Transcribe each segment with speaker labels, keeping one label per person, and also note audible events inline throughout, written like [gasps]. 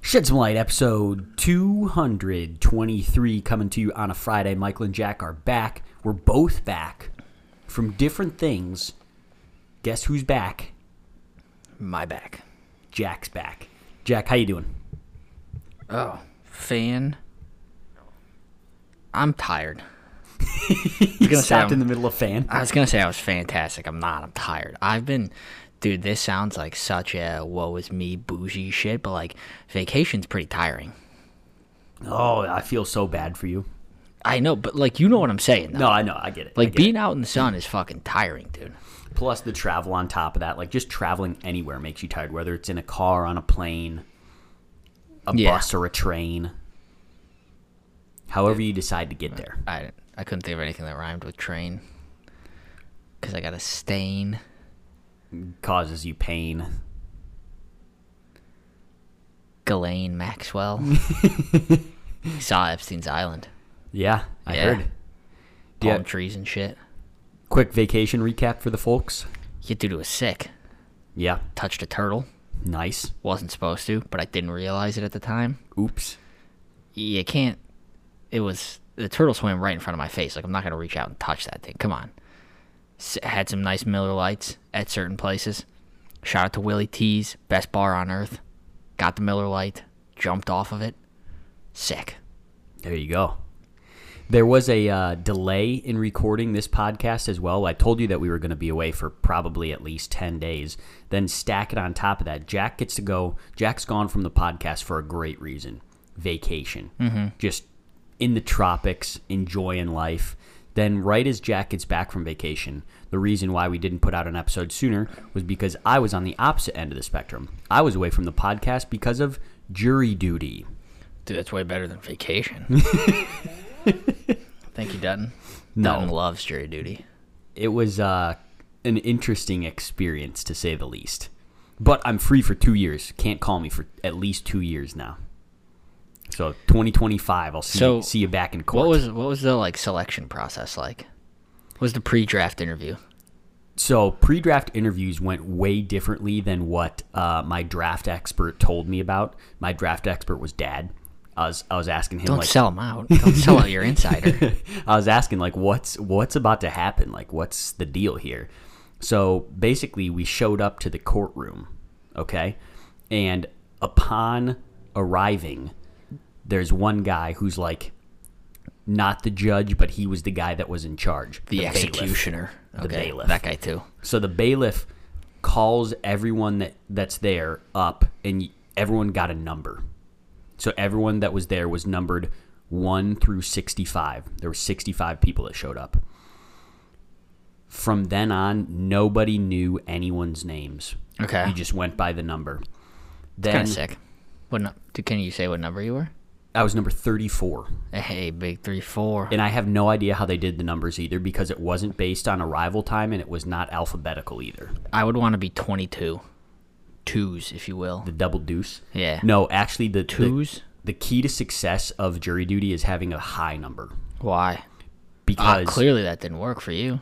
Speaker 1: Shed Some Light, episode 223, coming to you on a Friday. Michael and Jack are back. We're both back from different things. Guess who's back?
Speaker 2: my back.
Speaker 1: Jack's back. Jack, how you doing?
Speaker 2: Oh, fan.
Speaker 1: [laughs]
Speaker 2: I'm tired.
Speaker 1: You
Speaker 2: gonna say
Speaker 1: stopped
Speaker 2: I'm-
Speaker 1: in the middle of fan.
Speaker 2: I was gonna say I was fantastic. I'm not. I'm tired. I've been, dude. This sounds like such a woe is me bougie shit, but like vacation's pretty tiring.
Speaker 1: Oh, I feel so bad for you.
Speaker 2: I know, but like you know what I'm saying. Though.
Speaker 1: No, I know, I get it. I
Speaker 2: like
Speaker 1: get
Speaker 2: being out in the sun is fucking tiring, dude.
Speaker 1: it. plus the travel on top of that, like just traveling anywhere makes you tired, whether it's in a car, on a plane, a
Speaker 2: Yeah.
Speaker 1: bus, or a train. However, you decide to get there.
Speaker 2: I I couldn't think of anything that rhymed with train. Cause I got a stain.
Speaker 1: Causes you pain.
Speaker 2: Ghislaine
Speaker 1: [laughs]
Speaker 2: Maxwell. Saw Epstein's Island.
Speaker 1: Yeah, I
Speaker 2: Yeah.
Speaker 1: heard.
Speaker 2: Palm
Speaker 1: Yeah.
Speaker 2: trees and shit.
Speaker 1: Quick vacation recap for the folks.
Speaker 2: Yeah, dude, it was sick.
Speaker 1: Yeah,
Speaker 2: Touched a turtle.
Speaker 1: nice.
Speaker 2: Wasn't supposed to, but I didn't realize it at the time.
Speaker 1: Oops.
Speaker 2: You can't. It was the turtle swam right in front of my face. Like I'm not gonna reach out and touch that thing. Come on. S- had some nice Miller Lights at certain places. Shout out to Willie T's, best bar on earth. Got the Miller Light, jumped off of it. Sick.
Speaker 1: There you go. There was a uh, delay in recording this podcast as well. I told you that we were going to be away for probably at least 10 days. Then stack it on top of that. Jack gets to go. Jack's gone from the podcast for a great reason vacation. Just in the tropics, enjoying life. Then, right as Jack gets back from vacation, the reason why we didn't put out an episode sooner was because I was on the opposite end of the spectrum. I was away from the podcast because of jury duty.
Speaker 2: Dude, that's way better than vacation. [laughs] Thank you, Dutton.
Speaker 1: No.
Speaker 2: Dutton loves jury duty.
Speaker 1: it was uh, an interesting experience to say the least. But I'm free for two years. Can't call me for at least two years now. So 2025, I'll see,
Speaker 2: So,
Speaker 1: see you back in court.
Speaker 2: What was what was the like selection process like? What was the pre-draft interview?
Speaker 1: so pre-draft interviews went way differently than what uh, my draft expert told me about. My draft expert was Dad. I was I was asking him
Speaker 2: Don't
Speaker 1: like
Speaker 2: sell 'em sell them out. [laughs] Don't sell out your insider.
Speaker 1: [laughs] I was asking like what's what's about to happen? Like what's the deal here? So basically we showed up to the courtroom, okay? And upon arriving, there's one guy who's like not the judge, but he was the guy that was in charge.
Speaker 2: The,
Speaker 1: bailiff.
Speaker 2: executioner. Okay,
Speaker 1: bailiff.
Speaker 2: that guy too.
Speaker 1: So the bailiff calls everyone that that's there up, and y- everyone got a number. So everyone that was there was numbered one through sixty-five. There were sixty-five people that showed up. From then on, nobody knew anyone's names.
Speaker 2: Okay,
Speaker 1: You just went by the number.
Speaker 2: kind
Speaker 1: Then
Speaker 2: of sick. What? nu- do- can you say what number you were?
Speaker 1: I was number thirty-four.
Speaker 2: Hey, big three four.
Speaker 1: And I have no idea how they did the numbers either because it wasn't based on arrival time and it was not alphabetical either.
Speaker 2: I would want to be 22. Twos, if you will.
Speaker 1: The double deuce.
Speaker 2: Yeah.
Speaker 1: No, actually, the the-
Speaker 2: Twos.
Speaker 1: the key to success of jury duty is having a high number
Speaker 2: Why? Ah,
Speaker 1: because
Speaker 2: clearly that didn't work for you.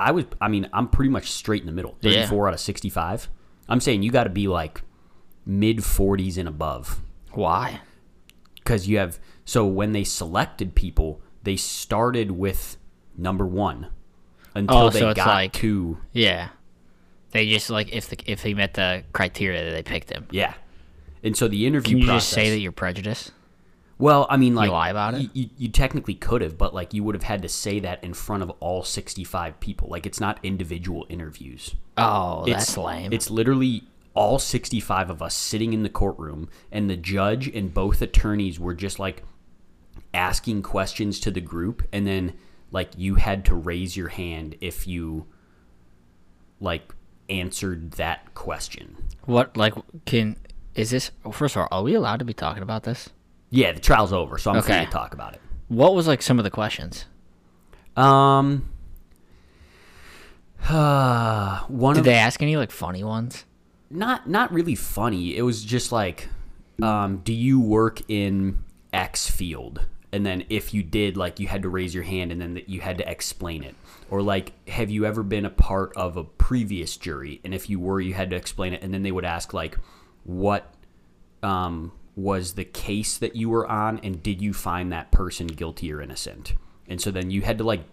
Speaker 1: I was I mean I'm pretty much straight in the middle 34 out of 65 I'm saying you got to be like mid 40s and above
Speaker 2: Why?
Speaker 1: because you have so when they selected people they started with number one until
Speaker 2: Oh,
Speaker 1: they
Speaker 2: so it's
Speaker 1: got
Speaker 2: like-
Speaker 1: to
Speaker 2: Yeah. They just like if the if he met the criteria, they picked him.
Speaker 1: yeah and so the interview
Speaker 2: Can you
Speaker 1: process
Speaker 2: just say that you're prejudiced?
Speaker 1: well I mean like
Speaker 2: lie about it?
Speaker 1: you, you, you technically could have but like you would have had to say that in front of all 65 people like it's not individual interviews
Speaker 2: Oh, that's lame.
Speaker 1: It's literally all 65 of us sitting in the courtroom, and the judge and both attorneys were just like asking questions to the group, and then like you had to raise your hand if you like answered that question.
Speaker 2: What like can is this? First of all, are we allowed to be talking about this?
Speaker 1: Yeah, the trial's over, so I'm free
Speaker 2: Okay.
Speaker 1: to talk about it.
Speaker 2: What was like some of the questions?
Speaker 1: Um, [sighs] one
Speaker 2: Did
Speaker 1: of
Speaker 2: they ask any like funny ones?
Speaker 1: not not really funny. It was just like, um, do you work in X field? And then if you did, like you had to raise your hand, and then that you had to explain it. Or like, have you ever been a part of a previous jury? And if you were, you had to explain it. And then they would ask like, what um, was the case that you were on, and did you find that person guilty or innocent? And so then you had to like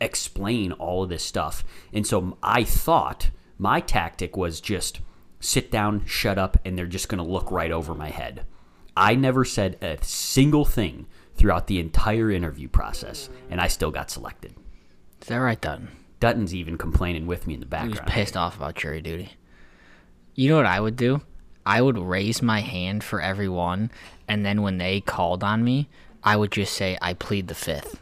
Speaker 1: explain all of this stuff. And so I thought my tactic was just sit down, shut up, and they're just going to look right over my head. I never said a single thing throughout the entire interview process, and I still got selected.
Speaker 2: Is that right, Dutton?
Speaker 1: Dutton's even complaining with me in the
Speaker 2: He was
Speaker 1: background.
Speaker 2: pissed off about jury duty. You know what I would do? I would raise my hand for everyone, and then when they called on me, I would just say, I plead the fifth.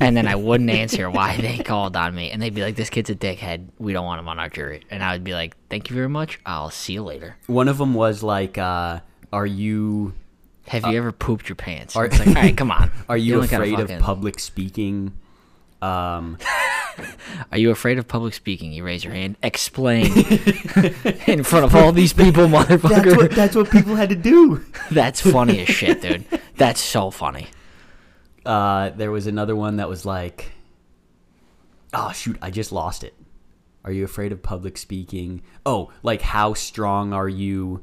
Speaker 2: and then I wouldn't answer why they called on me. And they'd be like, this kid's a dickhead. We don't want him on our jury. And I would be like, thank you very much. I'll see you later.
Speaker 1: One of them was like, uh, "Are you
Speaker 2: Have you ever pooped your pants? it's like, all right, come [laughs] on.
Speaker 1: are you
Speaker 2: only gotta
Speaker 1: afraid of
Speaker 2: fucking-
Speaker 1: public speaking?"
Speaker 2: Are you afraid of public speaking? You raise your hand. [laughs] Explain. In front of all these [laughs] people, motherfucker.
Speaker 1: That's what that's what people had to do.
Speaker 2: That's funny as shit, dude. That's so [laughs] funny.
Speaker 1: Uh, there was another one that was like, oh shoot, I just lost it. Are you afraid of public speaking? Oh, like how strong are you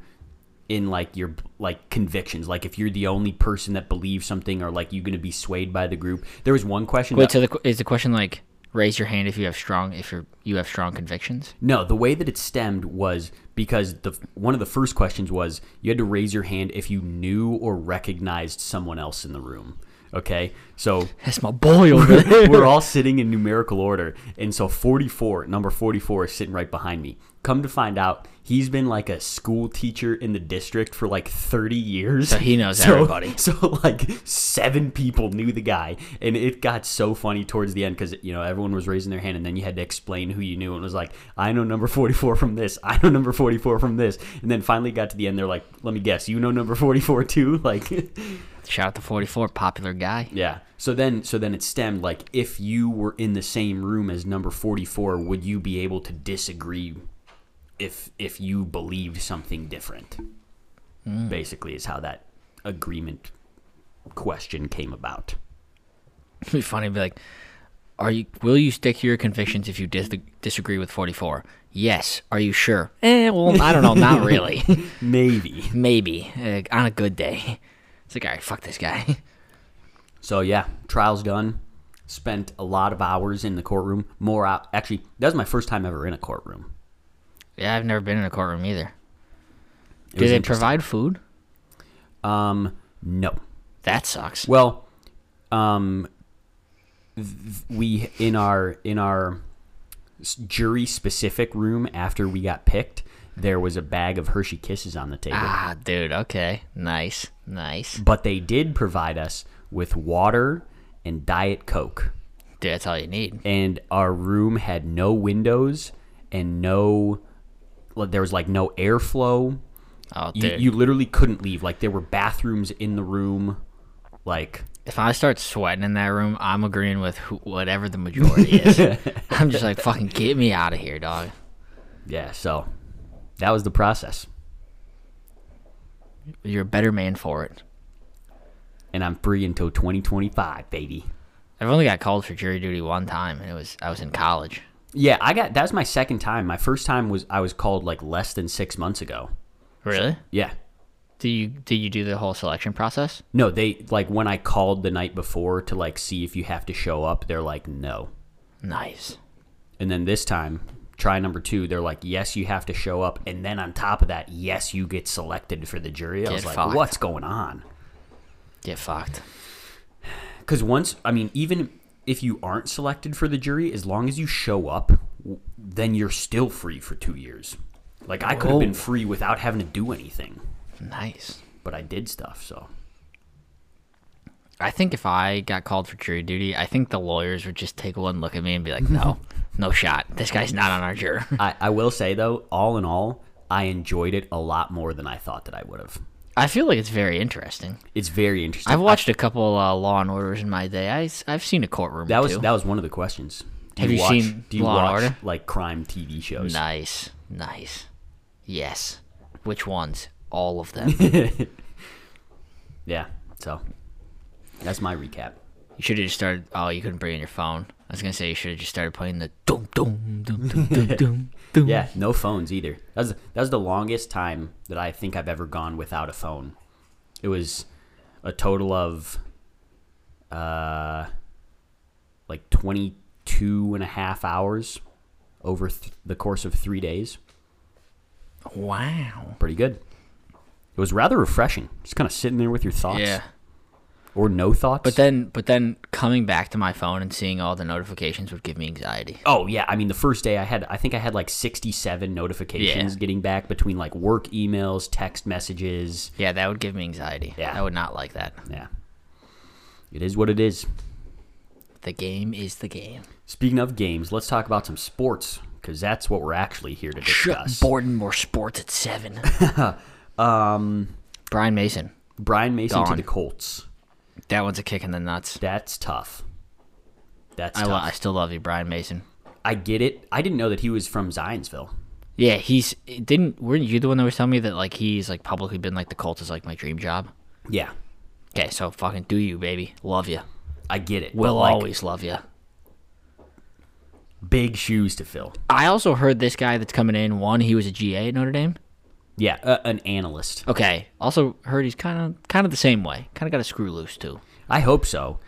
Speaker 1: in like your like convictions? Like if you're the only person that believes something, or like you going to be swayed by the group? There was one question.
Speaker 2: Wait,
Speaker 1: that-
Speaker 2: so the, qu- is the question like raise your hand if you have strong if you're you have strong convictions?
Speaker 1: No, the way that it stemmed was because the one of the first questions was you had to raise your hand if you knew or recognized someone else in the room. Okay, so
Speaker 2: That's my boy [laughs] over
Speaker 1: [laughs]
Speaker 2: there.
Speaker 1: we're all sitting in numerical order. And so 44, number 44 is sitting right behind me. Come to find out, he's been like a school teacher in the district for like 30 years. [laughs] So
Speaker 2: he knows everybody.
Speaker 1: So like seven people knew the guy. And it got so funny towards the end because, you know, everyone was raising their hand and then you had to explain who you knew. And it was like, I know number 44 from this. I know number 44 from this. And then finally got to the end. They're like, let me guess, you know number 44 too? [laughs] Like,
Speaker 2: Shout out to 44, popular guy.
Speaker 1: yeah. So then, so then it stemmed like if you were in the same room as number forty-four, would you be able to disagree if if you believed something different? Basically, is how that agreement question came about.
Speaker 2: It'd be funny. to Be like, are you? Will you stick to your convictions if you dis- disagree with 44? Yes. Are you sure? Eh. Well, I don't know. Not [laughs] really.
Speaker 1: Maybe. [laughs]
Speaker 2: Maybe uh, on a good day. It's like, all right, fuck this guy. [laughs]
Speaker 1: So yeah, trial's done. Spent a lot of hours in the courtroom. More out. Actually, that was my first time ever in a courtroom.
Speaker 2: yeah, I've never been in a courtroom either.
Speaker 1: It
Speaker 2: Do
Speaker 1: was
Speaker 2: they
Speaker 1: interesting.
Speaker 2: provide food?
Speaker 1: Um, no.
Speaker 2: That sucks.
Speaker 1: Well, um, th- we in our in our jury specific room after we got picked, there was a bag of Hershey Kisses on the table.
Speaker 2: Ah, dude. Okay. Nice. Nice.
Speaker 1: But they did provide us with water and Diet Coke,
Speaker 2: Dude, that's all you need.
Speaker 1: and our room had no windows and no. well, There was like no airflow.
Speaker 2: Oh,
Speaker 1: You,
Speaker 2: dude.
Speaker 1: you literally couldn't leave. Like there were bathrooms in the room, like.
Speaker 2: if I start sweating in that room, I'm agreeing with who, whatever the
Speaker 1: [laughs]
Speaker 2: majority is. I'm just like, fucking get me out of here, dog.
Speaker 1: Yeah, so that was the process.
Speaker 2: You're a better man for it.
Speaker 1: and I'm free until 2025, baby.
Speaker 2: I've only got called for jury duty one time, and it was I was in college.
Speaker 1: Yeah, I got that was my second time. My first time was I was called like less than six months ago.
Speaker 2: Really?
Speaker 1: Yeah,
Speaker 2: Do you do you do the whole selection process?
Speaker 1: no, they like when I called the night before to like see if you have to show up, they're like no,
Speaker 2: Nice.
Speaker 1: and then this time try number two, they're like yes, you have to show up, and then on top of that, yes, you get selected for the jury. I was like,
Speaker 2: fucked.
Speaker 1: what's going on?
Speaker 2: Get fucked.
Speaker 1: Because once, I mean, even if you aren't selected for the jury, as long as you show up, w- then you're still free for two years. Like I could have been
Speaker 2: Whoa.
Speaker 1: free without having to do anything,
Speaker 2: Nice.
Speaker 1: but I did stuff. So
Speaker 2: I think if I got called for jury duty, I think the lawyers would just take one look at me and be like, "No, no shot. This guy's not on our juror."
Speaker 1: I, I will say though, all in all, I enjoyed it a lot more than I thought that I would have.
Speaker 2: [laughs] I feel like it's very interesting.
Speaker 1: It's very interesting.
Speaker 2: I've watched a couple uh, Law and Orders in my day. I, have seen a courtroom.
Speaker 1: that
Speaker 2: or
Speaker 1: was
Speaker 2: two.
Speaker 1: that was one of the questions. Do
Speaker 2: Have you
Speaker 1: watch,
Speaker 2: seen
Speaker 1: do you
Speaker 2: Law and
Speaker 1: watch
Speaker 2: Order?
Speaker 1: like crime TV shows?
Speaker 2: nice, nice. Yes. Which ones? All of
Speaker 1: [laughs]
Speaker 2: them. you
Speaker 1: Yeah. So that's my recap.
Speaker 2: should have just started. Oh, you couldn't bring in your phone. I was gonna say you should have just started playing the dum dum
Speaker 1: [laughs]
Speaker 2: dum dum dum dum. dum. [laughs]
Speaker 1: Yeah, no phones either. That was that was the longest time that I think I've ever gone without a phone. It was a total of uh like 22 and a half hours over th- the course of 3 days.
Speaker 2: Wow.
Speaker 1: Pretty good. It was rather refreshing. Just kind of sitting there with your thoughts
Speaker 2: Yeah.
Speaker 1: or no thoughts.
Speaker 2: But then, but then coming back to my phone and seeing all the notifications would give me anxiety.
Speaker 1: Oh yeah, I mean the first day I had I think I had like 67 notifications
Speaker 2: Yeah.
Speaker 1: getting back between like work emails, text messages.
Speaker 2: Yeah, that would give me anxiety.
Speaker 1: Yeah.
Speaker 2: I would not like that.
Speaker 1: Yeah. It is what it is.
Speaker 2: The game is the game.
Speaker 1: Speaking of games, let's talk about some sports cuz that's what we're actually here to discuss.
Speaker 2: Borden more sports at seven.
Speaker 1: [laughs]
Speaker 2: um,
Speaker 1: Um,
Speaker 2: Brian Mason.
Speaker 1: Brian Mason to
Speaker 2: Gone.
Speaker 1: the Colts.
Speaker 2: That one's a kick in the nuts.
Speaker 1: That's tough. That's
Speaker 2: I,
Speaker 1: tough.
Speaker 2: lo- I still love you, Brian Mason.
Speaker 1: I get it. I didn't know that he was from Zionsville.
Speaker 2: Yeah, he's didn't. Weren't you the one that was telling me that like he's like publicly been like the Colts is like my dream job?
Speaker 1: Yeah.
Speaker 2: Okay, so fucking do you, baby. Love you.
Speaker 1: I get it.
Speaker 2: Will
Speaker 1: but, like,
Speaker 2: always love you.
Speaker 1: big shoes to fill.
Speaker 2: I also heard this guy that's coming in. One, he was a GA at Notre Dame.
Speaker 1: Yeah, uh, an analyst.
Speaker 2: Okay. Also heard he's kind of kind of the same way. Kind of got a screw loose too. Um,
Speaker 1: I hope so.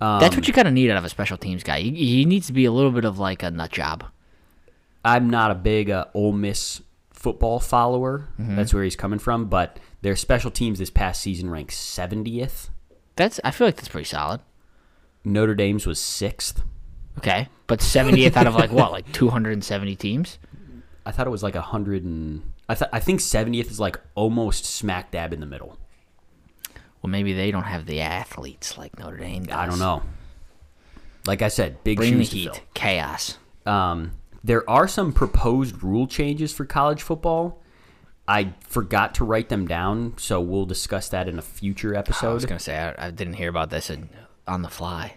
Speaker 2: That's what you kind of need out of a special teams guy. He, he needs to be a little bit of like a nut job.
Speaker 1: I'm not a big uh, Ole Miss football follower.
Speaker 2: Mm-hmm.
Speaker 1: That's where he's coming from. But their special teams this past season ranked 70th.
Speaker 2: That's I feel like that's pretty solid.
Speaker 1: Notre Dame's was sixth.
Speaker 2: Okay, but 70th out of like what, like 270 teams?
Speaker 1: I thought it was like 100 and I, th- I think 70th is like almost smack dab in the middle.
Speaker 2: Well, maybe they don't have the athletes like Notre Dame does.
Speaker 1: I don't know. Like I said, big
Speaker 2: Bring the
Speaker 1: shoes to
Speaker 2: heat, chaos.
Speaker 1: fill. Um, there are some proposed rule changes for college football. I forgot to write them down, so we'll discuss that in a future episode.
Speaker 2: Ah, I was gonna say I, I didn't hear about this in, on the fly.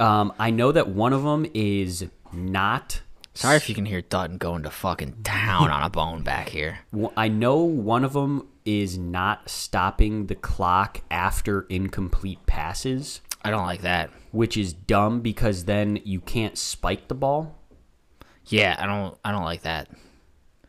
Speaker 1: Um, I know that one of them is not.
Speaker 2: Sorry if you can hear Dutton going to fucking town on a bone back here.
Speaker 1: w- I know one of them is not stopping the clock after incomplete passes,
Speaker 2: I don't like that.
Speaker 1: which is dumb because then you can't spike the ball.
Speaker 2: Yeah, I don't. I don't like that.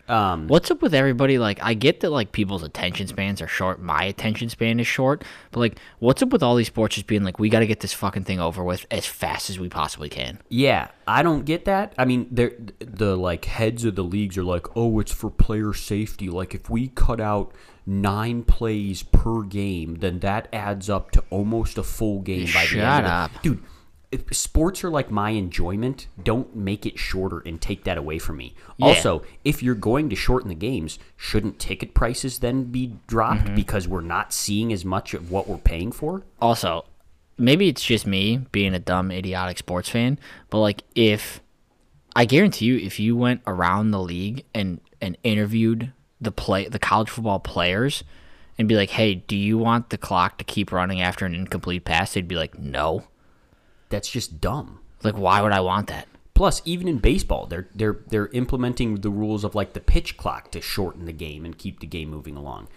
Speaker 2: Um, What's up with everybody? Like, I get that like people's attention spans are short. My attention span is short, but like, what's up with all these sports just being like, we got to get this fucking thing over with as fast as we possibly can?
Speaker 1: Yeah, I don't get that. I mean, they're, the like heads of the leagues are like, "Oh, it's for player safety. Like if we cut out 9 plays per game, then that adds up to almost a full game by the
Speaker 2: Shut
Speaker 1: end." of the-
Speaker 2: up.
Speaker 1: Dude, if sports are like my enjoyment, don't make it shorter and take that away from me. Also, if you're going to shorten the games, shouldn't ticket prices then be dropped
Speaker 2: Mm-hmm.
Speaker 1: because we're not seeing as much of what we're paying for?
Speaker 2: also maybe it's just me being a dumb idiotic sports fan but like if i guarantee you if you went around the league and and interviewed the play the college football players and be like hey do you want the clock to keep running after an incomplete pass they'd be like no
Speaker 1: That's just dumb.
Speaker 2: like why would i want that
Speaker 1: Plus, even in baseball, they're they're they're implementing the rules of like the pitch clock to shorten the game and keep the game moving along.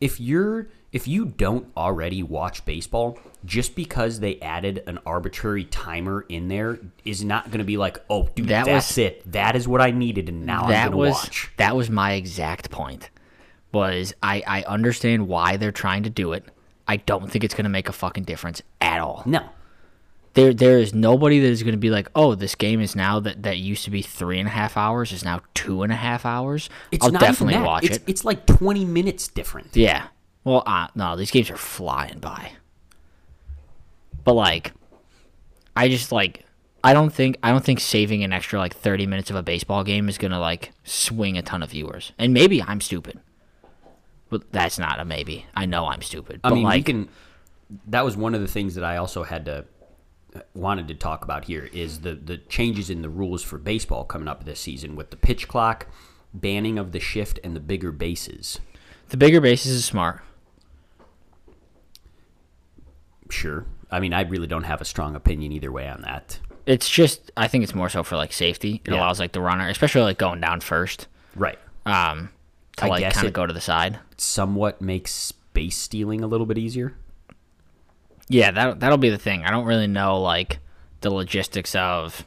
Speaker 1: If you're if you don't already watch baseball, just because they added an arbitrary timer in there is not going to be like, oh, dude,
Speaker 2: That
Speaker 1: that's
Speaker 2: was-
Speaker 1: it. That is what I needed, and now I'm
Speaker 2: that
Speaker 1: going
Speaker 2: was
Speaker 1: to watch.
Speaker 2: that was my exact point was i i understand why they're trying to do it i don't think it's going to make a fucking difference at all
Speaker 1: No,
Speaker 2: there there is nobody that is going to be like, oh, this game is now that that used to be three and a half hours is now two and a half hours.
Speaker 1: it's
Speaker 2: I'll
Speaker 1: not
Speaker 2: definitely
Speaker 1: even that.
Speaker 2: watch
Speaker 1: it's,
Speaker 2: it.
Speaker 1: It's like 20 minutes different.
Speaker 2: Yeah. Well, uh, no, these games are flying by. But like, I just like, I don't think I don't think saving an extra like thirty minutes of a baseball game is gonna like swing a ton of viewers. And maybe I'm stupid. But that's not a maybe. I know I'm stupid.
Speaker 1: I
Speaker 2: but
Speaker 1: mean, we
Speaker 2: like,
Speaker 1: can that was one of the things that I also had to uh, wanted to talk about here is the the changes in the rules for baseball coming up this season with the pitch clock, banning of the shift, and the bigger bases.
Speaker 2: The bigger bases is smart.
Speaker 1: Sure, I mean I really don't have a strong opinion either way on that.
Speaker 2: It's just I think it's more so for like safety. It
Speaker 1: Yeah.
Speaker 2: allows like the runner, especially like going down first,
Speaker 1: Right,
Speaker 2: um, to
Speaker 1: I
Speaker 2: like
Speaker 1: guess
Speaker 2: kind
Speaker 1: Uh,
Speaker 2: of
Speaker 1: it-
Speaker 2: go to the side.
Speaker 1: somewhat makes space stealing a little bit easier.
Speaker 2: Yeah, that that'll be the thing. I don't really know like the logistics of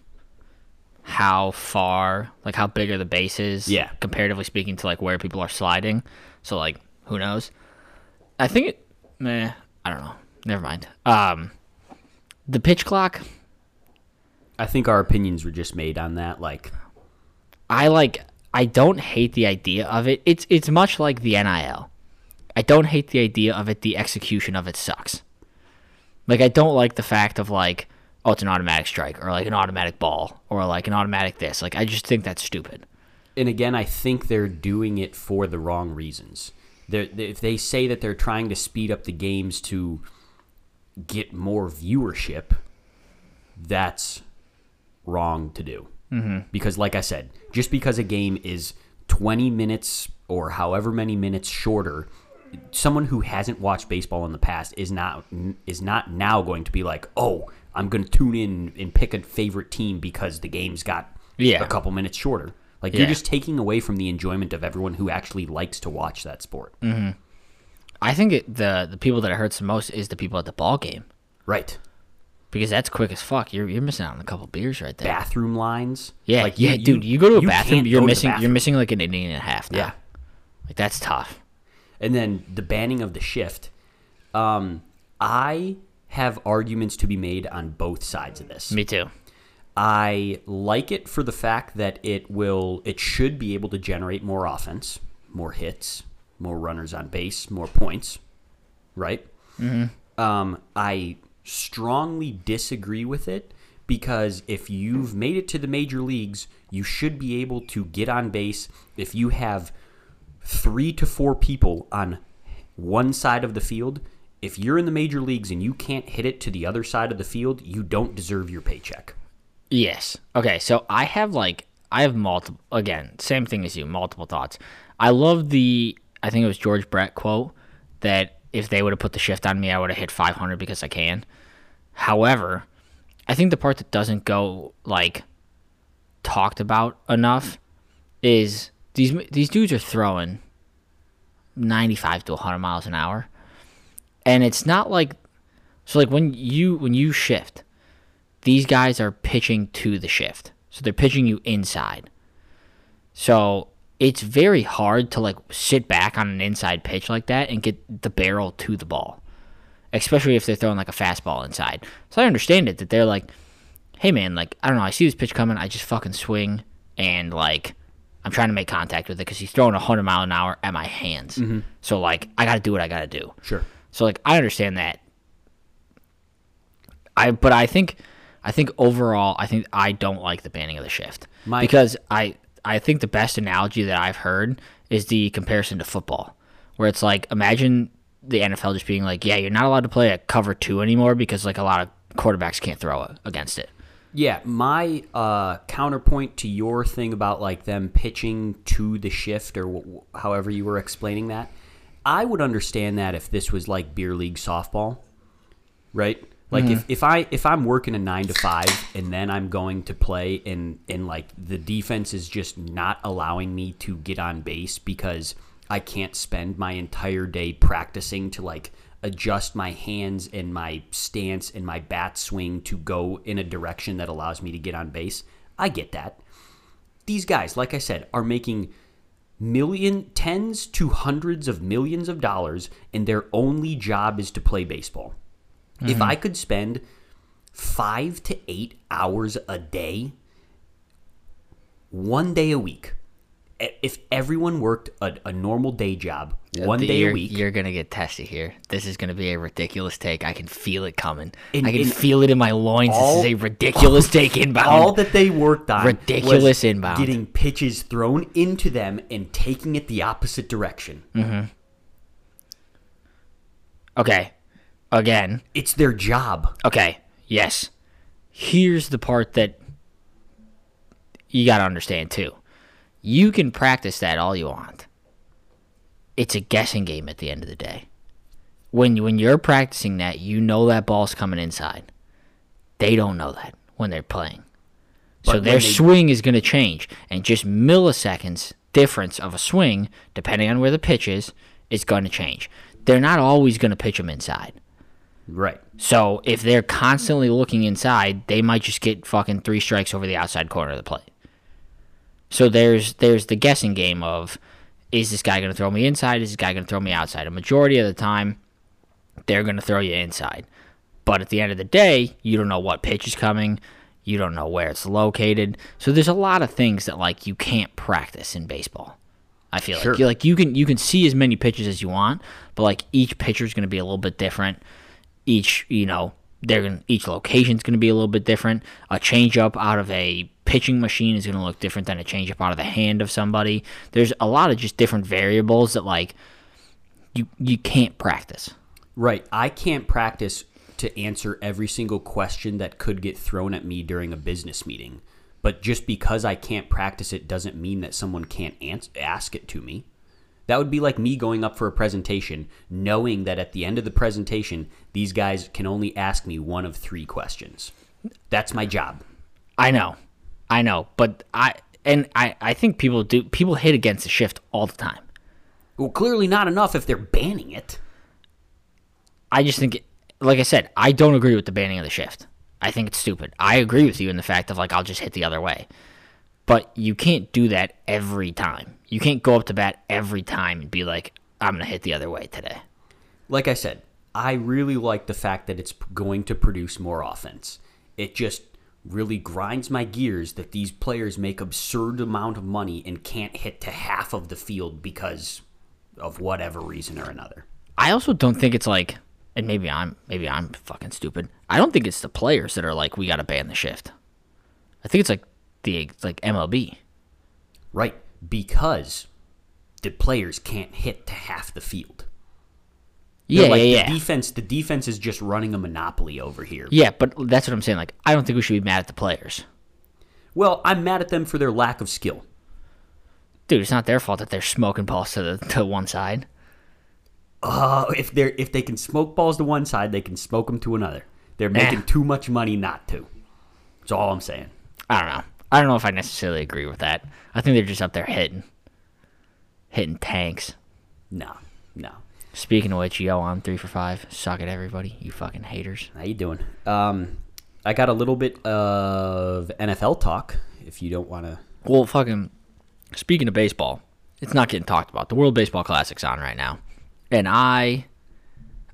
Speaker 2: how far, like how big are the bases?
Speaker 1: Yeah.
Speaker 2: comparatively speaking to like where people are sliding. So like, who knows? I think it. Meh, I don't know. Never mind. Um, the pitch clock.
Speaker 1: I think our opinions were just made on that. Like,
Speaker 2: I like. I don't hate the idea of it. It's it's much like the NIL. I don't hate the idea of it. The execution of it sucks. Like I don't like the fact of like, oh, it's an automatic strike or like an automatic ball or like an automatic this. Like I just think that's stupid.
Speaker 1: and again, I think they're doing it for the wrong reasons. They're, they- if they say that they're trying to speed up the games to get more viewership, that's wrong to do. Mm-hmm. Because, like I said, just because a game is 20 minutes or however many minutes shorter, someone who hasn't watched baseball in the past is not is not now going to be like, oh, I'm going to tune in and pick a favorite team because the game's got
Speaker 2: Yeah.
Speaker 1: a couple minutes shorter. Like
Speaker 2: Yeah.
Speaker 1: you're just taking away from the enjoyment of everyone who actually likes to watch that sport.
Speaker 2: Mm. I think it, the the people that it hurts the most is the people at the ball game
Speaker 1: Right.
Speaker 2: because that's quick as fuck. You're you're missing out on a couple beers right there.
Speaker 1: Bathroom lines.
Speaker 2: yeah,
Speaker 1: Like,
Speaker 2: yeah, dude. You go to a bathroom,
Speaker 1: can't
Speaker 2: you're
Speaker 1: go to the
Speaker 2: missing you're
Speaker 1: bathroom.
Speaker 2: missing like an inning and a half. Now.
Speaker 1: Yeah.
Speaker 2: like that's tough.
Speaker 1: and then the banning of the shift. Um, I have arguments to be made on both sides of this.
Speaker 2: Me too.
Speaker 1: I like it for the fact that it will it should be able to generate more offense, more hits, more runners on base, more points, right? Um, I strongly disagree with it because if you've made it to the major leagues, you should be able to get on base if you have three to four people on one side of the field. If you're in the major leagues and you can't hit it to the other side of the field, you don't deserve your paycheck.
Speaker 2: Yes. Okay. So I have like I have multiple again same thing as you multiple thoughts. I love the I think it was George Brett quote that if they would have put the shift on me, I would have hit 500 because I can. However, I think the part that doesn't go like talked about enough is these these dudes are throwing 95 to 100 miles an hour, and it's not like so like when you when you shift these guys are pitching to the shift. So they're pitching you inside. So it's very hard to like sit back on an inside pitch like that and get the barrel to the ball, especially if they're throwing like a fastball inside. So I understand it that they're like, hey man, like, I don't know, I see this pitch coming, I just fucking swing and like, I'm trying to make contact with it because he's throwing 100 mile an hour at my hands. So like, I got to do what I got to do.
Speaker 1: Sure.
Speaker 2: So like I understand that. I but I think I think overall I think I don't like the banning of the shift
Speaker 1: My-
Speaker 2: because I I think the best analogy that I've heard is the comparison to football where it's like imagine the NFL just being like yeah you're not allowed to play a cover 2 anymore because like a lot of quarterbacks can't throw it against it.
Speaker 1: Yeah, my uh, counterpoint to your thing about like them pitching to the shift or w- however you were explaining that, I would understand that if this was like beer league softball, right? Like if, if I if I'm working a nine to five and then I'm going to play and and like the defense is just not allowing me to get on base because I can't spend my entire day practicing to like adjust my hands and my stance and my bat swing to go in a direction that allows me to get on base. I get that. These guys, like I said, are making million tens to hundreds of millions of dollars and their only job is to play baseball.
Speaker 2: Mm-hmm.
Speaker 1: If I could spend 5 to 8 hours a day one day a week i- if everyone worked a, a normal day job one day
Speaker 2: you're,
Speaker 1: a week
Speaker 2: You're going to get tested here. This is going to be a ridiculous take. I can feel it coming.
Speaker 1: And-
Speaker 2: I can
Speaker 1: and
Speaker 2: feel it in my loins.
Speaker 1: all-
Speaker 2: this is a
Speaker 1: [laughs]
Speaker 2: ridiculous take inbound.
Speaker 1: all that they worked on
Speaker 2: Ridiculous
Speaker 1: was
Speaker 2: inbound.
Speaker 1: getting pitches thrown into them and taking
Speaker 2: Mm.
Speaker 1: it the opposite direction
Speaker 2: Okay. again.
Speaker 1: It's their job.
Speaker 2: Okay, yes. Here's the part that you got to understand too. You can practice that all you want. It's a guessing game at the end of the day. When when you're practicing that, you know that ball's coming inside. They don't know that when they're playing. so
Speaker 1: But
Speaker 2: their
Speaker 1: when they-
Speaker 2: swing is going to change and just milliseconds difference of a swing depending on where the pitch is is going to change. They're not always going to pitch them inside.
Speaker 1: Right.
Speaker 2: So if they're constantly looking inside, they might just get fucking three strikes over the outside corner of the plate. So there's there's the guessing game of is this guy going to throw me inside? Is this guy going to throw me outside? A majority of the time, they're going to throw you inside. But at the end of the day, you don't know what pitch is coming. You don't know where it's located. So there's a lot of things that like you can't practice in baseball. I feel
Speaker 1: Sure.
Speaker 2: like you like you can you can see as many pitches as you want, but like each pitcher is going to be a little bit different. Each you know they're going to each location's going to be a little bit different. A changeup out of a pitching machine is going to look different than a changeup out of the hand of somebody. There's a lot of just different variables that like you you can't practice.
Speaker 1: Right. I can't practice to answer every single question that could get thrown at me during a business meeting. But just because I can't practice it doesn't mean that someone can't ans- ask it to me. That would be like me going up for a presentation, knowing that at the end of the presentation, these guys can only ask me one of three questions. That's my job.
Speaker 2: I know, I know, but I and I I think people do people hit against the shift all the time.
Speaker 1: Well, clearly not enough if they're banning it.
Speaker 2: I just think, like I said, I don't agree with the banning of the shift. I think it's stupid. I agree with you in the fact of like I'll just hit the other way, but you can't do that every time. You can't go up to bat every time and be like, I'm gonna hit the other way today.
Speaker 1: like I said, I really like the fact that it's p- going to produce more offense. It just really grinds my gears that these players make absurd amount of money and can't hit to half of the field because of whatever reason or another.
Speaker 2: I also don't think it's like, and maybe I'm maybe I'm fucking stupid. I don't think it's the players that are like we gotta ban the shift. I think it's like the like MLB.
Speaker 1: Right, because the players can't hit to half the field. They're
Speaker 2: Yeah,
Speaker 1: like
Speaker 2: yeah,
Speaker 1: the
Speaker 2: yeah.
Speaker 1: defense the defense is just running a monopoly over here.
Speaker 2: yeah, but that's what I'm saying. Like, I don't think we should be mad at the players.
Speaker 1: Well, I'm mad at them for their lack of skill.
Speaker 2: dude, it's not their fault that they're smoking balls to the to one side.
Speaker 1: Oh, if they're if they can smoke balls to one side, they can smoke them to another. They're making too much money not to. That's all I'm saying.
Speaker 2: I don't know. I don't know if I necessarily agree with that. I think they're just up there hitting, hitting tanks.
Speaker 1: No, no.
Speaker 2: Speaking of which, yo, I'm three for five. Suck it, everybody. You fucking haters.
Speaker 1: How you doing? Um, I got a little bit of NFL talk. If you don't want to,
Speaker 2: Well, fucking. Speaking of baseball, it's not getting talked about. The World Baseball Classic's on right now, and I,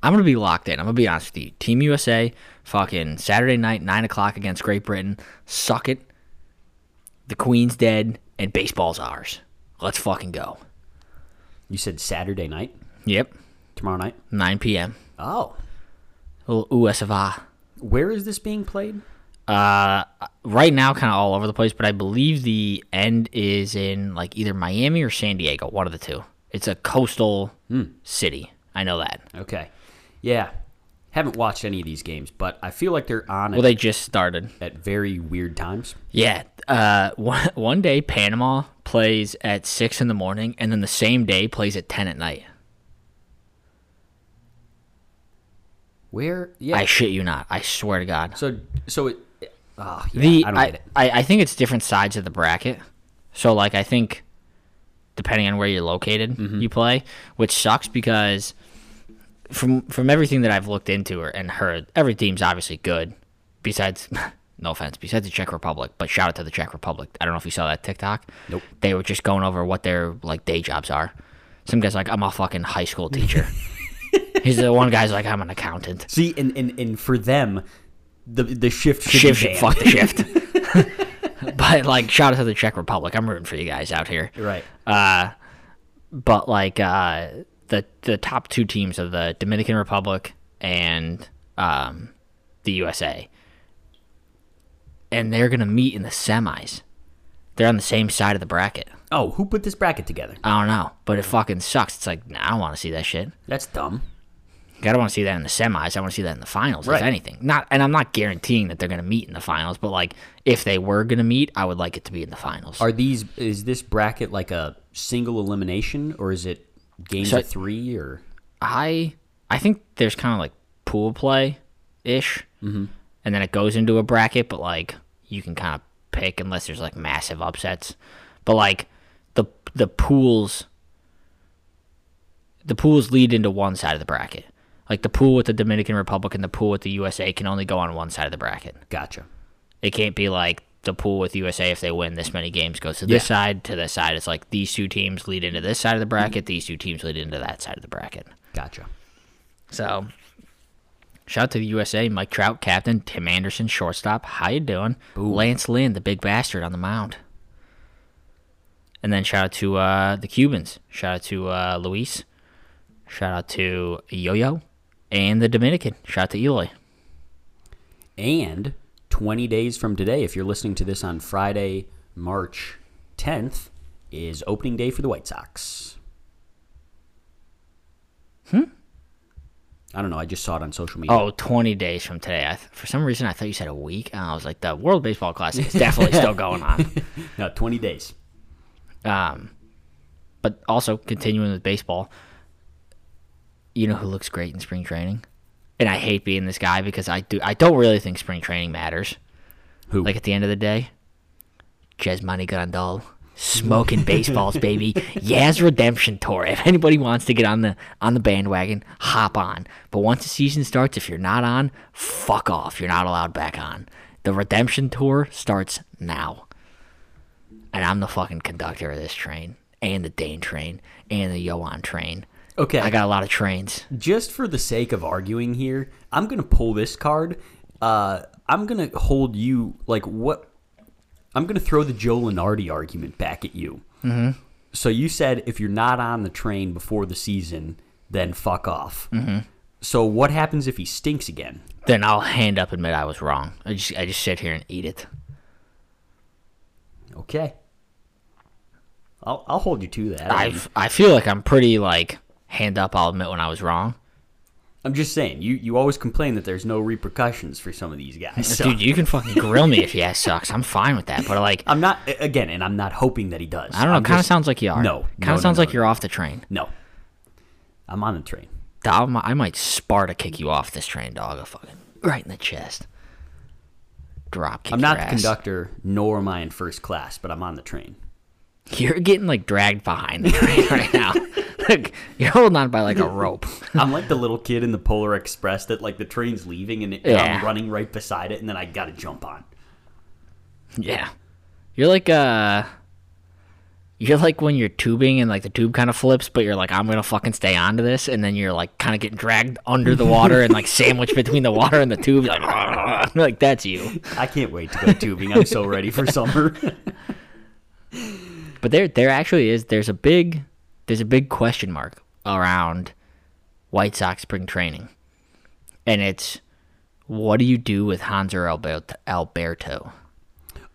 Speaker 2: I'm gonna be locked in. I'm gonna be honest with you. Team USA, fucking Saturday night, nine o'clock against Great Britain. Suck it. The Queen's dead, and baseball's ours. Let's fucking go.
Speaker 1: you said Saturday night,
Speaker 2: Yep,
Speaker 1: tomorrow night.
Speaker 2: 9 p.m.
Speaker 1: Oh,
Speaker 2: Little US of A.
Speaker 1: where is this being played?
Speaker 2: Right now, kind of all over the place, but I believe the end is in like either Miami or San Diego, one of the two. It's a coastal city. I know that.
Speaker 1: Okay, yeah. Haven't watched any of these games, but I feel like they're on
Speaker 2: Well,
Speaker 1: at,
Speaker 2: they just started.
Speaker 1: at very weird times.
Speaker 2: Yeah. Uh, [laughs] one, one day Panama plays at six in the morning, and then the same day plays at ten at night.
Speaker 1: Where? Yeah.
Speaker 2: I shit you not. I swear to God.
Speaker 1: so, so it. Oh, yeah,
Speaker 2: the
Speaker 1: I
Speaker 2: I,
Speaker 1: don't
Speaker 2: I,
Speaker 1: get it.
Speaker 2: I think it's different sides of the bracket. So like I think depending on where you're located,
Speaker 1: Mm-hmm.
Speaker 2: you play, which sucks because from from everything that I've looked into or and heard, every team's obviously good. Besides, [laughs] no offense, besides the Czech Republic, but shout out to the Czech Republic. I don't know if you saw that TikTok.
Speaker 1: Nope.
Speaker 2: They were just going over what their like day jobs are. Some guys like I'm a fucking high
Speaker 1: [laughs]
Speaker 2: school teacher. He's the one guy's like I'm an accountant.
Speaker 1: See, and, and, and for them, the the shift should
Speaker 2: shift
Speaker 1: be banned.
Speaker 2: should fuck the shift. [laughs] but like shout out to the Czech Republic. I'm rooting for you guys out here.
Speaker 1: [laughs] Right. Uh,
Speaker 2: But like uh the the top two teams are the Dominican Republic and um the USA. And they're gonna meet in the semis. They're on the same side of the bracket.
Speaker 1: oh, who put this bracket together?
Speaker 2: I don't know, but it fucking sucks. It's like, nah, I don't want to see that shit.
Speaker 1: That's dumb.
Speaker 2: I don't want to see that in the semis. I want to see that in the finals,
Speaker 1: Right.
Speaker 2: if anything. Not, and I'm not guaranteeing that they're going to meet in the finals, but like if they were going to meet, I would like it to be in the finals.
Speaker 1: Are these? Is this bracket like a single elimination, or is it games
Speaker 2: So-
Speaker 1: of three? Or
Speaker 2: I I think there's kind of like pool play ish, mm-hmm. and then it goes into a bracket, but like you can kind of pick unless there's like massive upsets. But like the the pools, the pools lead into one side of the bracket. Like the pool with the Dominican Republic and the pool with the USA can only go on one side of the bracket.
Speaker 1: gotcha.
Speaker 2: It can't be like the pool with USA if they win this many games goes to this
Speaker 1: Yeah.
Speaker 2: side to this side. It's like these two teams lead into this side of the bracket, these two teams lead into that side of the bracket.
Speaker 1: Gotcha.
Speaker 2: So, shout out to the USA, Mike Trout, captain, Tim Anderson, shortstop. How you doing? Lance Lynn, the big bastard on the mound. And then shout out to uh, the Cubans. Shout out to uh, Luis. Shout out to Yo-Yo and the Dominican. Shout out to Eloy.
Speaker 1: And 20 days from today, if you're listening to this on Friday, March 10th, is opening day for the White Sox. Hmm? I don't know. I just saw it on social media.
Speaker 2: Oh, 20 days from today. I th- for some reason, I thought you said a week. And I was like, the World Baseball Classic is definitely still going on.
Speaker 1: No, 20 days.
Speaker 2: Um, but also continuing with baseball, you know who looks great in spring training, and I hate being this guy because I do I don't really think spring training matters.
Speaker 1: Who?
Speaker 2: Like at the end of the day, Jesmani Grandal smoking baseballs, baby. Yaz Redemption Tour. If anybody wants to get on the on the bandwagon, hop on. But once the season starts, if you're not on, fuck off. You're not allowed back on. The Redemption Tour starts now and I'm the fucking conductor of this train and the Dane train and the Yoan train.
Speaker 1: Okay.
Speaker 2: I got a lot of trains.
Speaker 1: just for the sake of arguing here, I'm gonna pull this card. Uh, I'm gonna hold you like what? I'm gonna throw the Joe Lenardi argument back at you. Mm-hmm. So you said if you're not on the train before the season, then fuck off. Mm-hmm. So what happens if he stinks again?
Speaker 2: Then I'll hand up and admit I was wrong. I just I just sit here and eat it.
Speaker 1: Okay, I'll I'll hold you to that.
Speaker 2: I I feel like I'm pretty like hand up. I'll admit when I was wrong.
Speaker 1: I'm just saying you you always complain that there's no repercussions for some of these
Speaker 2: [laughs]
Speaker 1: guys. So
Speaker 2: Dude, you can fucking grill me if you ass sucks. I'm fine with that. But like
Speaker 1: I'm not again, and I'm not hoping that he does.
Speaker 2: I don't know.
Speaker 1: I'm
Speaker 2: Kind of
Speaker 1: just-
Speaker 2: sounds like you are.
Speaker 1: No, no,
Speaker 2: Kind
Speaker 1: no,
Speaker 2: of sounds
Speaker 1: no,
Speaker 2: like
Speaker 1: no.
Speaker 2: you're off the train.
Speaker 1: No. I'm on the train.
Speaker 2: Dog, I'm- I might Sparta kick you off this train, dog. A fucking right in the chest. Drop kick.
Speaker 1: I'm not
Speaker 2: your
Speaker 1: the
Speaker 2: ass.
Speaker 1: conductor, nor am I in first class, but I'm on the train.
Speaker 2: You're getting like dragged behind the train [laughs] right now. like you're holding on by like a rope.
Speaker 1: I'm like the little kid in the Polar Express that like the train's leaving and, it, and I'm
Speaker 2: Yeah.
Speaker 1: running right beside it, and then I gotta jump on.
Speaker 2: Yeah. You're like uh you're like when you're tubing and like the tube kind of flips, but you're like, I'm gonna fucking stay onto this, and then you're like kind of getting dragged under the water and like sandwiched between the water and the tube, like, like [laughs] that's you.
Speaker 1: I can't wait to go tubing. I'm so ready for summer. [laughs]
Speaker 2: But there, there actually is. There's a big, there's a big question mark around White Sox spring training, and it's what do you do with Hanser Alberto? Alberto?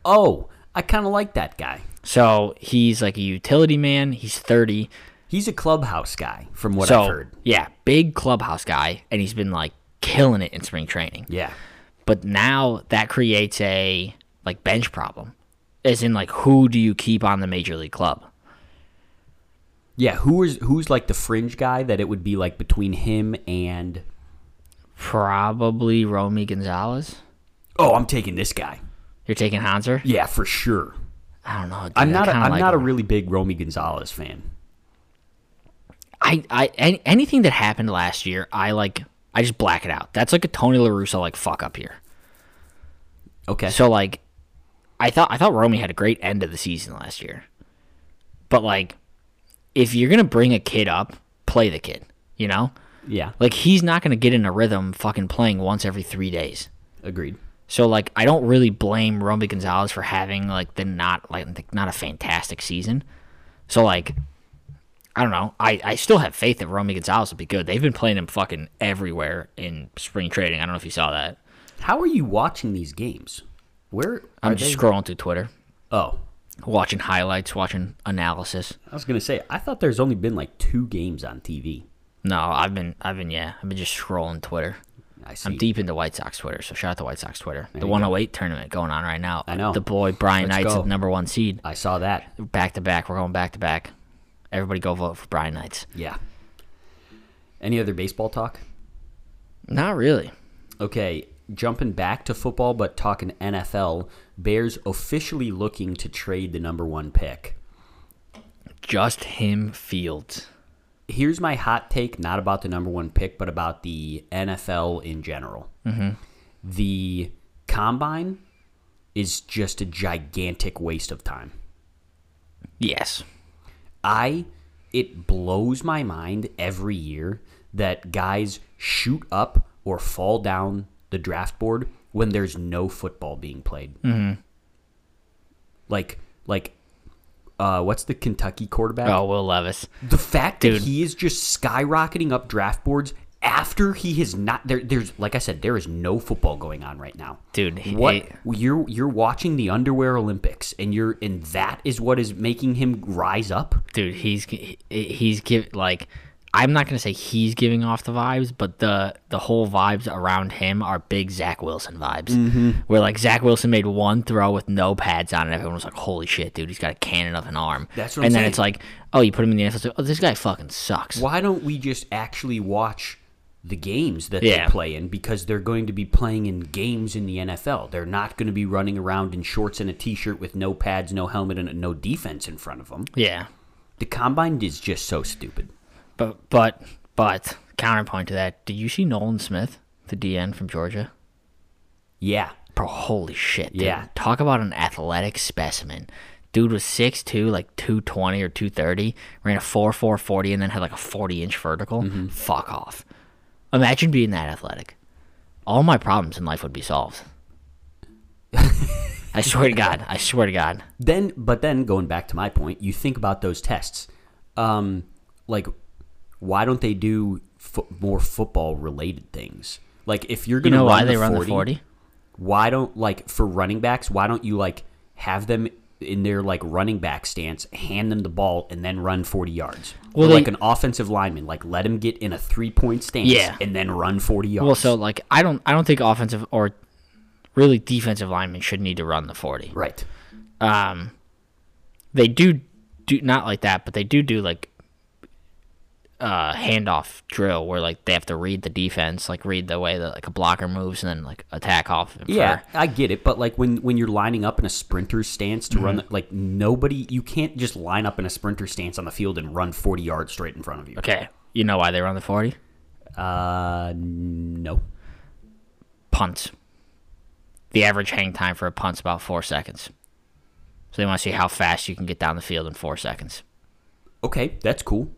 Speaker 1: oh, I kind of like that guy.
Speaker 2: So he's like a utility man. He's thirty.
Speaker 1: He's a clubhouse guy, from what
Speaker 2: So
Speaker 1: I've heard.
Speaker 2: yeah, big clubhouse guy, and he's been like killing it in spring training.
Speaker 1: Yeah.
Speaker 2: But now that creates a like bench problem, as in like who do you keep on the major league club?
Speaker 1: Yeah, who is who's like the fringe guy that it would be like between him and
Speaker 2: Probably Romy Gonzalez.
Speaker 1: Oh, I'm taking this guy.
Speaker 2: You're taking Hanser.
Speaker 1: Yeah, for sure.
Speaker 2: I don't know. dude.
Speaker 1: I'm
Speaker 2: I
Speaker 1: not a,
Speaker 2: kinda
Speaker 1: I'm
Speaker 2: like
Speaker 1: not a
Speaker 2: him.
Speaker 1: really big Romy Gonzalez fan.
Speaker 2: I, I any, anything that happened last year, I like. I just black it out. That's like a Tony La Russa like fuck up here.
Speaker 1: Okay.
Speaker 2: So like, I thought I thought Romy had a great end of the season last year, but like, if you're gonna bring a kid up, play the kid. You know,
Speaker 1: yeah.
Speaker 2: like he's not gonna get in a rhythm fucking playing once every three days.
Speaker 1: Agreed.
Speaker 2: So like I don't really blame Romy Gonzalez for having like the not like the, not a fantastic season. So like I don't know. I, I still have faith that Romy Gonzalez will be good. They've been playing him fucking everywhere in spring training. I don't know if you saw that.
Speaker 1: How are you watching these games? Where
Speaker 2: I'm
Speaker 1: are
Speaker 2: just
Speaker 1: they-
Speaker 2: scrolling through Twitter,
Speaker 1: Oh,
Speaker 2: watching highlights, watching analysis.
Speaker 1: I was gonna say I thought there's only been like two games on TV.
Speaker 2: No, I've been, I've been, yeah, I've been just scrolling Twitter.
Speaker 1: I see.
Speaker 2: I'm deep into White Sox Twitter, so shout out to White Sox Twitter. the 108 tournament going on right now.
Speaker 1: I know.
Speaker 2: The boy Brian
Speaker 1: Let's
Speaker 2: Knight's
Speaker 1: go.
Speaker 2: the number one seed.
Speaker 1: I saw that.
Speaker 2: Back to back. We're going back to back. Everybody go vote for Brian Knight's.
Speaker 1: Yeah. Any other baseball talk?
Speaker 2: Not really.
Speaker 1: Okay, jumping back to football, but talking NFL. Bears officially looking to trade the number one pick.
Speaker 2: Just him, Fields.
Speaker 1: here's my hot take not about the number one pick but about the nfl in general the combine is just a gigantic waste of time
Speaker 2: Yes.
Speaker 1: i it blows my mind every year that guys shoot up or fall down the draft board when there's no football being played like like uh, what's the Kentucky quarterback?
Speaker 2: Oh, Will Levis.
Speaker 1: The fact that
Speaker 2: Dude.
Speaker 1: he is just skyrocketing up draft boards after he has not there there's like I said, there is no football going on right now.
Speaker 2: Dude, he-
Speaker 1: what
Speaker 2: he-
Speaker 1: you're you're watching the underwear Olympics and you're and that is what is making him rise up?
Speaker 2: dude he's he- he's give like i'm not gonna say he's giving off the vibes but the the whole vibes around him are big zach wilson vibes
Speaker 1: Mm-hmm.
Speaker 2: where like zach wilson made one throw with no pads on and everyone was like holy shit dude he's got a cannon of an arm
Speaker 1: That's what
Speaker 2: and
Speaker 1: I'm
Speaker 2: then
Speaker 1: saying.
Speaker 2: it's like oh you put him in the nfl it's like, oh this guy fucking sucks
Speaker 1: Why don't we just actually watch the games that
Speaker 2: Yeah.
Speaker 1: they play in because they're going to be playing in games in the NFL. They're not going to be running around in shorts and a t-shirt with no pads, no helmet and no defense in front of them.
Speaker 2: yeah
Speaker 1: The combine is just so stupid.
Speaker 2: but but but counterpoint to that did you see nolan smith the dn from georgia
Speaker 1: Yeah.
Speaker 2: Bro, holy shit. Dude.
Speaker 1: Yeah.
Speaker 2: Talk about an athletic specimen. Dude was 6'2, like 220 or 230, ran a 4'4 40, and then had like a 40 inch vertical.
Speaker 1: Mm-hmm.
Speaker 2: Fuck off. Imagine being that athletic. All my problems in life would
Speaker 1: [laughs]
Speaker 2: be solved. I swear to God. I swear to God.
Speaker 1: then but then going back to my point you think about those tests um like why don't they do fo- more football related things like if you're
Speaker 2: You
Speaker 1: gonna
Speaker 2: know
Speaker 1: run
Speaker 2: why
Speaker 1: the
Speaker 2: they run
Speaker 1: 40,
Speaker 2: the 40?
Speaker 1: why don't like for running backs why don't you like have them in their like running back stance hand them the ball and then run 40 yards
Speaker 2: Well,
Speaker 1: Or
Speaker 2: they-
Speaker 1: like an offensive lineman like let him get in a three point stance
Speaker 2: Yeah.
Speaker 1: and then run 40 yards
Speaker 2: Well, so like I don't I don't think offensive or really defensive linemen should need to run the 40.
Speaker 1: right
Speaker 2: um, they do do not like that, but they do do like uh handoff drill where like they have to read the defense, like read the way that like a blocker moves and then like attack off. and
Speaker 1: Yeah,
Speaker 2: for-
Speaker 1: I get it, but like when when you're lining up in a sprinter stance to run,
Speaker 2: Mm-hmm.
Speaker 1: like nobody, you can't just line up in a sprinter stance on the field and run 40 yards straight in front of you.
Speaker 2: Okay, you know why they run the forty
Speaker 1: Uh, no.
Speaker 2: punts. The average hang time for a punt's about four seconds, so they want to see how fast you can get down the field in four seconds.
Speaker 1: Okay, that's cool.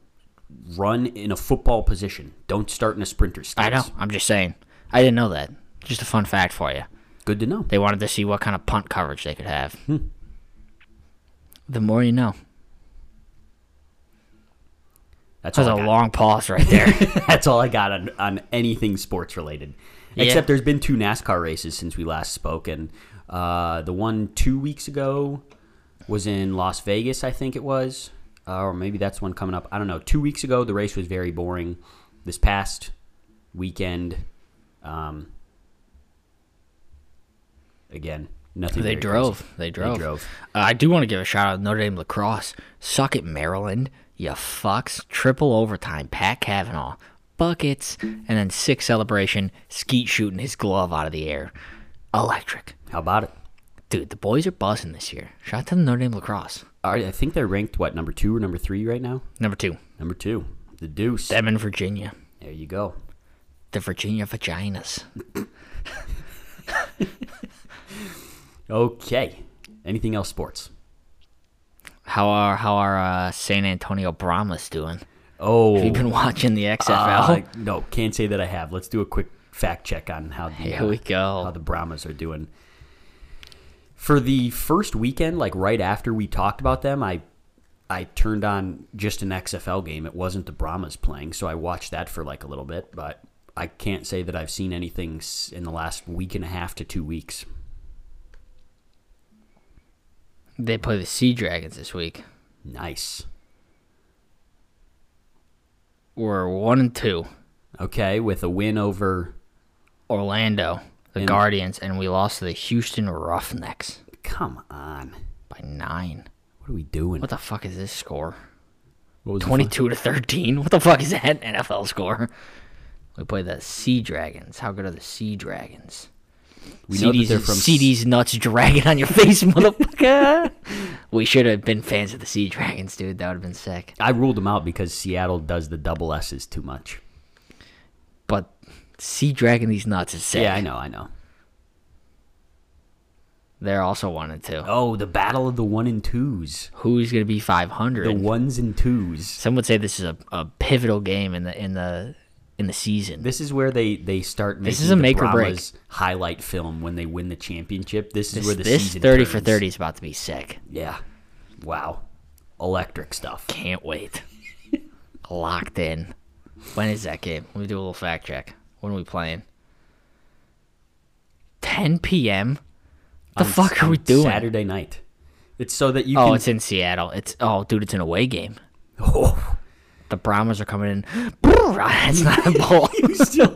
Speaker 1: Run in a football position. Don't start in a sprinter stance.
Speaker 2: I know. I'm just saying. I didn't know that. Just a fun fact for you.
Speaker 1: Good to know.
Speaker 2: They wanted to see what kind of punt coverage they could have.
Speaker 1: Hmm.
Speaker 2: The more you know.
Speaker 1: That's
Speaker 2: That was
Speaker 1: all.
Speaker 2: a
Speaker 1: I got.
Speaker 2: long pause right there.
Speaker 1: that's all I got on, on anything sports related.
Speaker 2: Yeah.
Speaker 1: Except there's been two NASCAR races since we last spoke, and uh, the one two weeks ago was in Las Vegas, I think it was, uh, or maybe that's one coming up. I don't know. Two weeks ago, the race was very boring. This past weekend, um, again, nothing.
Speaker 2: they
Speaker 1: very
Speaker 2: drove.
Speaker 1: crazy.
Speaker 2: They drove.
Speaker 1: drove.
Speaker 2: Uh, I do want to give a shout out to Notre Dame lacrosse. Suck it, Maryland. You fucks. Triple overtime. Pat Kavanaugh. Buckets. And then sick celebration. Skeet shooting his glove out of the air. Electric.
Speaker 1: How about it?
Speaker 2: Dude, the boys are buzzing this year. Shout out to the Notre Dame lacrosse.
Speaker 1: All right, I think they're ranked what number two or number three right now.
Speaker 2: Number two.
Speaker 1: Number two, the Deuce.
Speaker 2: Them in Virginia.
Speaker 1: There you go.
Speaker 2: The Virginia vaginas.
Speaker 1: Okay. Anything else sports?
Speaker 2: How are how are uh, San Antonio Brahmas doing?
Speaker 1: Oh,
Speaker 2: Have you been watching the XFL?
Speaker 1: uh, no, can't say that I have. Let's do a quick fact check on how the uh,
Speaker 2: Here we go.
Speaker 1: how the Brahmas are doing. For the first weekend, like right after we talked about them, I I turned on just an XFL game. It wasn't the Brahmas playing, so I watched that for like a little bit, but I can't say that I've seen anything s- in the last week and a half to 2 weeks.
Speaker 2: They play the Sea Dragons this week.
Speaker 1: Nice.
Speaker 2: we're one and two.
Speaker 1: Okay, with a win over
Speaker 2: Orlando, the Guardians, and we lost to the Houston Roughnecks
Speaker 1: Come on.
Speaker 2: by nine.
Speaker 1: What are we doing?
Speaker 2: What the fuck is this score?
Speaker 1: What was the fu-
Speaker 2: Twenty-two to thirteen. What the fuck is that [laughs] NFL score? We play the Sea Dragons. How good are the Sea Dragons?
Speaker 1: We know that
Speaker 2: CD's,
Speaker 1: they're from
Speaker 2: CD's nuts dragging on your [laughs] face, motherfucker. we should have been fans of the Sea Dragons, dude. That would have been sick.
Speaker 1: I ruled them out because Seattle does the double S's too much.
Speaker 2: But Sea Dragon these nuts is sick.
Speaker 1: Yeah, I know, I know.
Speaker 2: They're also one and two.
Speaker 1: Oh, the battle of the one and twos.
Speaker 2: Who's gonna be five
Speaker 1: The
Speaker 2: hundred?
Speaker 1: ones and twos.
Speaker 2: Some would say this is a, a pivotal game in the in the in the season.
Speaker 1: This is where they they start making
Speaker 2: is a
Speaker 1: the
Speaker 2: make or break.
Speaker 1: Brahmas highlight film when they win the championship. This is
Speaker 2: this
Speaker 1: where the
Speaker 2: this
Speaker 1: season
Speaker 2: thirty for
Speaker 1: turns.
Speaker 2: thirty is about to be sick.
Speaker 1: Yeah. Wow. Electric stuff. [laughs]
Speaker 2: Can't wait. Locked in. When is that game? Let me do a little fact check. When are we playing? 10 p.m. The
Speaker 1: On-
Speaker 2: fuck are we
Speaker 1: on
Speaker 2: doing?
Speaker 1: Saturday night. It's so that you
Speaker 2: Oh,
Speaker 1: can
Speaker 2: it's in Seattle. It's oh, dude, it's an away game.
Speaker 1: Oh,
Speaker 2: The Brahmas are coming in. [laughs] It's not a bowl.
Speaker 1: [laughs]
Speaker 2: [laughs]
Speaker 1: still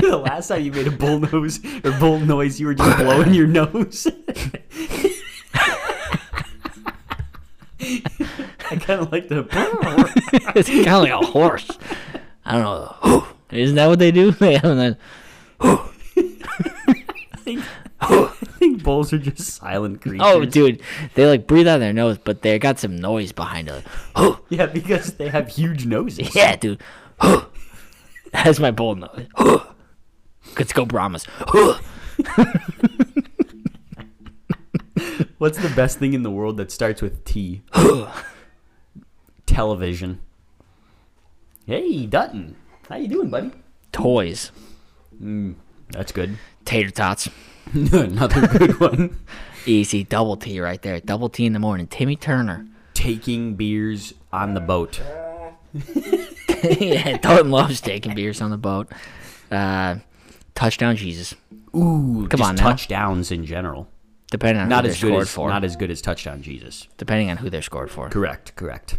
Speaker 1: The last time you made a bull nose or bull noise, you were just blowing your nose. I kind of like the
Speaker 2: it's kind of like a horse. I don't know. [gasps] Isn't that what they do? [laughs] They have that.
Speaker 1: I think bulls are just silent creatures.
Speaker 2: [laughs] Oh, dude, they like breathe out their nose, but they got some noise behind it.
Speaker 1: yeah, because they have huge noses.
Speaker 2: [gasps] Yeah, dude. [gasps] That's my bull nose. [gasps] Let's go, Brahmas. [gasps]
Speaker 1: What's the best thing in the world that starts with
Speaker 2: [sighs]
Speaker 1: T? Television. Hey, Dutton. How you doing, buddy?
Speaker 2: Toys.
Speaker 1: That's good. [laughs]
Speaker 2: Tater tots.
Speaker 1: Another good one.
Speaker 2: Easy. Double T right there. Double T in the morning. Timmy Turner. [laughs]
Speaker 1: Taking beers on the boat.
Speaker 2: yeah, Dalton loves taking beers on the boat. Uh, touchdown, Jesus.
Speaker 1: Ooh,
Speaker 2: Come
Speaker 1: just
Speaker 2: on now.
Speaker 1: touchdowns in general.
Speaker 2: Depending on
Speaker 1: Not
Speaker 2: who
Speaker 1: as
Speaker 2: they're
Speaker 1: good as
Speaker 2: scored for.
Speaker 1: not as good as touchdown Jesus.
Speaker 2: depending on who they're scored for.
Speaker 1: Correct, correct.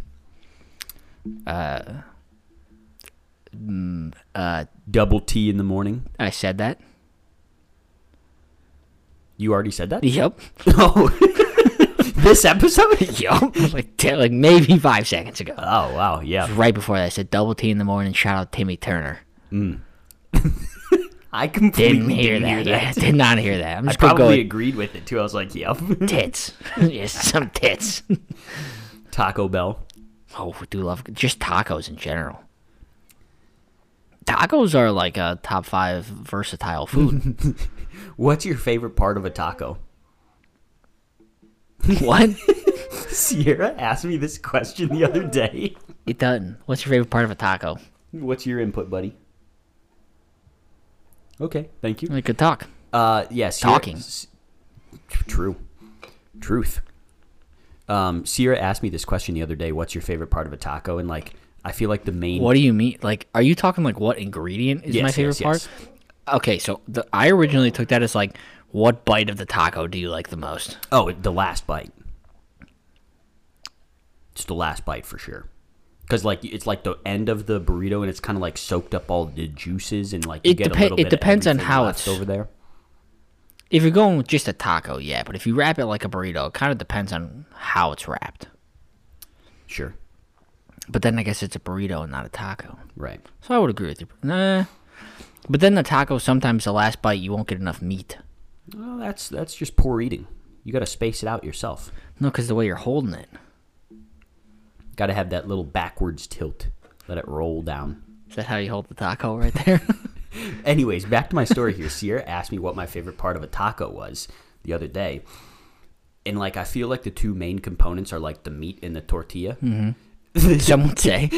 Speaker 1: mm,
Speaker 2: Uh,
Speaker 1: Double T in the morning.
Speaker 2: I said that.
Speaker 1: You already said [laughs] that.
Speaker 2: [laughs] Yep.
Speaker 1: Oh, [laughs] this episode.
Speaker 2: Yep. like, [laughs] t- like maybe five seconds ago.
Speaker 1: Oh wow, yeah.
Speaker 2: Right before that, I said double T in the morning. Shout out Timmy Turner.
Speaker 1: I completely
Speaker 2: Didn't hear that. Yeah, [laughs] did not hear that. I'm
Speaker 1: I
Speaker 2: just gonna go
Speaker 1: probably
Speaker 2: with
Speaker 1: agreed with it too. I was like, yep.
Speaker 2: tits. [laughs] just some tits.
Speaker 1: [laughs] Taco Bell.
Speaker 2: Oh, we do love just tacos in general. Tacos are like a top five
Speaker 1: [laughs]
Speaker 2: versatile food.
Speaker 1: What's your favorite part of a [laughs] taco?
Speaker 2: what?
Speaker 1: [laughs] Sierra asked me this question the other day.
Speaker 2: It doesn't. What's your favorite part of a taco?
Speaker 1: What's your input, buddy? Okay, thank you.
Speaker 2: We could talk.
Speaker 1: Uh, yes.
Speaker 2: Talking.
Speaker 1: true. Truth. Um, Sierra asked me this question the other day. What's your favorite part of a taco? And like, I feel like the main.
Speaker 2: What do you mean? Like, are you talking like what ingredient is
Speaker 1: Yes,
Speaker 2: my
Speaker 1: yes,
Speaker 2: favorite part?
Speaker 1: yes.
Speaker 2: Okay, so the, I originally took that as like, what bite of the taco do you like the most?
Speaker 1: Oh, the last bite. It's the last bite for sure. Because like it's like the end of the burrito, and it's kind of like soaked up all the juices, and like you
Speaker 2: It
Speaker 1: get
Speaker 2: depe-
Speaker 1: a little
Speaker 2: it
Speaker 1: bit. of
Speaker 2: depends on
Speaker 1: everything
Speaker 2: how
Speaker 1: left
Speaker 2: it's-
Speaker 1: over there.
Speaker 2: If you're going with just a taco, yeah, but if you wrap it like a burrito, it kind of depends on how it's wrapped.
Speaker 1: Sure.
Speaker 2: But then I guess it's a burrito and not a taco.
Speaker 1: Right.
Speaker 2: So I would agree with you. Nah. But then the taco, sometimes the last bite, you won't get enough meat.
Speaker 1: Well, that's that's just poor eating. You got to space it out yourself.
Speaker 2: No, because the way you're holding it.
Speaker 1: Got to have that little backwards tilt. Let it roll down.
Speaker 2: Is that how you hold the taco right
Speaker 1: [laughs]
Speaker 2: there? [laughs]
Speaker 1: Anyways, back to my story here. [laughs] Sierra asked me what my favorite part of a taco was the other day. And like I feel like the two main components are like the meat and the tortilla.
Speaker 2: Some
Speaker 1: [laughs]
Speaker 2: would say.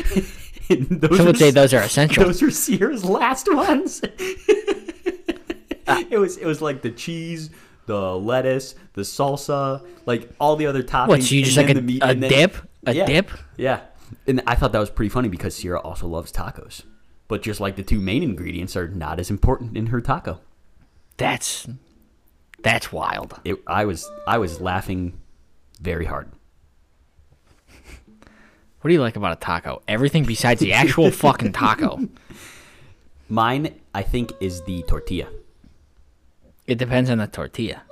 Speaker 1: And those
Speaker 2: Some
Speaker 1: were
Speaker 2: would say
Speaker 1: s- [laughs]
Speaker 2: those are essential.
Speaker 1: those were Sierra's last ones.
Speaker 2: Ah.
Speaker 1: it was it was like the cheese, the lettuce, the salsa, like all the other toppings.
Speaker 2: What, so you
Speaker 1: and
Speaker 2: just like
Speaker 1: then
Speaker 2: a,
Speaker 1: the meat,
Speaker 2: a
Speaker 1: and then-
Speaker 2: dip? A
Speaker 1: yeah,
Speaker 2: dip?
Speaker 1: Yeah. And I thought that was pretty funny because Sierra also loves tacos. But just like the two main ingredients are not as important in her taco.
Speaker 2: That's that's wild.
Speaker 1: it, I was I was laughing very hard.
Speaker 2: What do you like about a taco? Everything besides
Speaker 1: [laughs]
Speaker 2: the actual fucking taco.
Speaker 1: Mine, I think, is the tortilla.
Speaker 2: It depends on
Speaker 1: [laughs]
Speaker 2: the tortilla.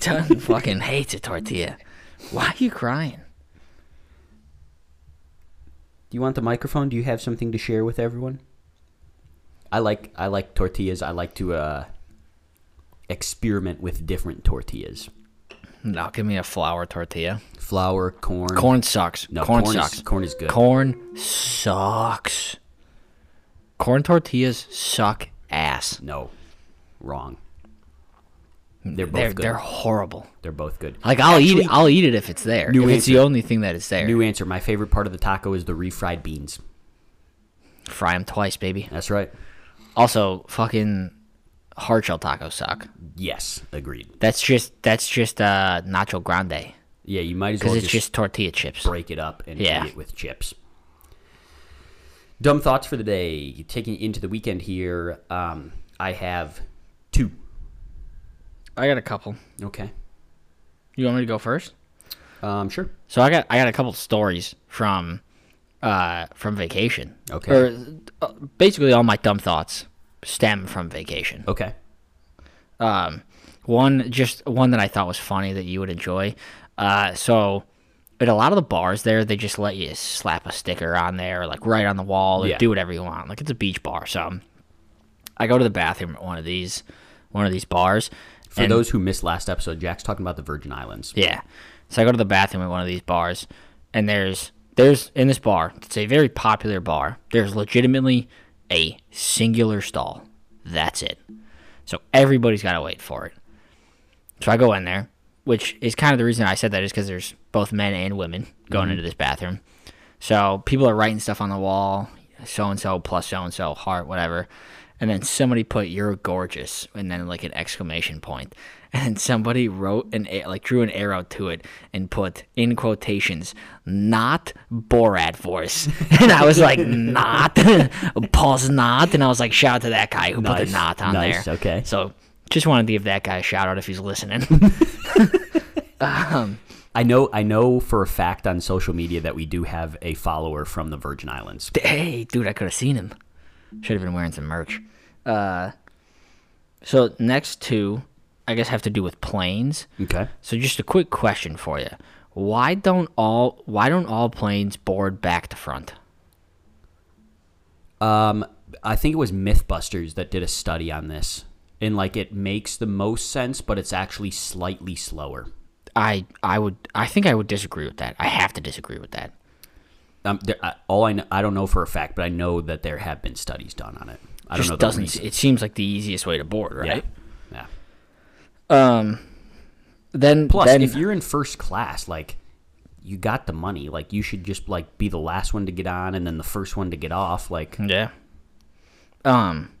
Speaker 2: Ton fucking hates a tortilla. Why are you crying?
Speaker 1: Do you want the microphone? Do you have something to share with everyone? I like I like tortillas. I like to uh, experiment with different tortillas:
Speaker 2: No, give me a flour tortilla.
Speaker 1: flour, corn.
Speaker 2: Corn sucks.
Speaker 1: No,
Speaker 2: corn,
Speaker 1: corn is-
Speaker 2: sucks.
Speaker 1: corn is good.
Speaker 2: Corn sucks. Corn tortillas suck ass.
Speaker 1: No, wrong. They're both
Speaker 2: Hmm. They're
Speaker 1: good.
Speaker 2: they're
Speaker 1: They're,
Speaker 2: horrible.
Speaker 1: both good.
Speaker 2: Like I'll eat it. I'll eat it if it's there.
Speaker 1: new
Speaker 2: if it's the
Speaker 1: answer.
Speaker 2: only thing that is there.
Speaker 1: New answer. My favorite part of the taco is the refried beans.
Speaker 2: Fry them twice, baby.
Speaker 1: That's right.
Speaker 2: Also, fucking hard shell tacos suck.
Speaker 1: Yes, agreed.
Speaker 2: That's just that's just uh nacho grande
Speaker 1: Yeah, you might as well
Speaker 2: because it's
Speaker 1: just,
Speaker 2: just, tortilla chips.
Speaker 1: break it up and
Speaker 2: Yeah.
Speaker 1: eat it with chips. Dumb thoughts for the day. Taking it into the weekend here, um, I have two.
Speaker 2: I got a couple.
Speaker 1: Okay.
Speaker 2: You want me to go first?
Speaker 1: Um, sure.
Speaker 2: So I got I got a couple stories from uh from vacation.
Speaker 1: Okay.
Speaker 2: Or uh, basically all my dumb thoughts stem from vacation.
Speaker 1: Okay.
Speaker 2: Um one just one that I thought was funny that you would enjoy. Uh so at a lot of the bars there they just let you slap a sticker on there like right on the wall or
Speaker 1: Yeah.
Speaker 2: do whatever you want. Like it's a beach bar so I go to the bathroom at one of these one of these bars
Speaker 1: For those who missed last episode, Jack's talking about the Virgin Islands.
Speaker 2: Yeah. So I go to the bathroom at one of these bars, and there's there's in this bar. It's a very popular bar. There's legitimately a singular stall. That's it. So everybody's got to wait for it. So I go in there, which is kind of the reason I said that is because there's both men and women going
Speaker 1: Mm-hmm.
Speaker 2: into this bathroom. So people are writing stuff on the wall, so and so plus so and so heart whatever, and then somebody put "you're gorgeous" and then like an exclamation point, [laughs] and then somebody wrote an a- like drew an arrow to it and put in quotations "not Borat voice," [laughs] and I
Speaker 1: [laughs]
Speaker 2: was like "not," [laughs] Paul's not, and I was like shout out to that guy who put
Speaker 1: Nice,
Speaker 2: the "not" on
Speaker 1: nice,
Speaker 2: there.
Speaker 1: okay.
Speaker 2: so. Just wanted to give that guy a shout out if
Speaker 1: [laughs]
Speaker 2: he's listening. [laughs]
Speaker 1: I know. I know for a fact on social media that we do have a follower from the Virgin Islands.
Speaker 2: hey, dude, I could have seen him. Should have been wearing some merch. Uh, so next two, I guess, have to do with planes.
Speaker 1: Okay.
Speaker 2: So just a quick question for you: Why don't all why don't all planes board back to front?
Speaker 1: I think it was MythBusters that did a study on this, and like it makes the most sense, but it's actually slightly slower.
Speaker 2: I I would I think I would disagree with that. I have to disagree with that.
Speaker 1: Um, there, I, all I know, I don't know for a fact, but I know that there have been studies done on it. I don't know.
Speaker 2: Just
Speaker 1: The
Speaker 2: doesn't.
Speaker 1: reason.
Speaker 2: It seems like the easiest way to board,
Speaker 1: Yeah.
Speaker 2: right?
Speaker 1: Yeah.
Speaker 2: Then
Speaker 1: Plus,
Speaker 2: then,
Speaker 1: if you're in first class, like you got the money, like you should just like be the last one to get on and then the first one to get off. Like
Speaker 2: Yeah. Um.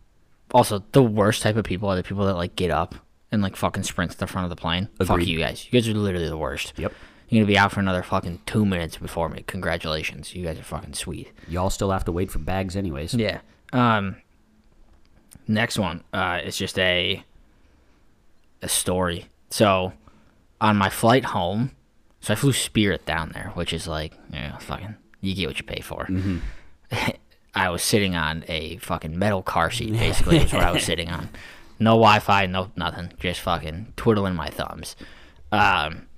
Speaker 2: Also, the worst type of people are the people that like get up and like fucking sprint to the front of the plane. Fuck
Speaker 1: Agreed.
Speaker 2: you guys. You guys are literally the worst.
Speaker 1: Yep.
Speaker 2: You're gonna be out for another fucking two minutes before me. Congratulations, you guys are fucking sweet.
Speaker 1: y'all still have to wait for bags anyways.
Speaker 2: Yeah. Um. Next one uh, is just a a story. So, on my flight home, so I flew Spirit down there, which is like, you know, fucking, you get what you pay for. [laughs] I was sitting on a fucking metal car seat, basically, is what I was sitting on. No Wi Fi, no nothing, just fucking twiddling my thumbs. Um,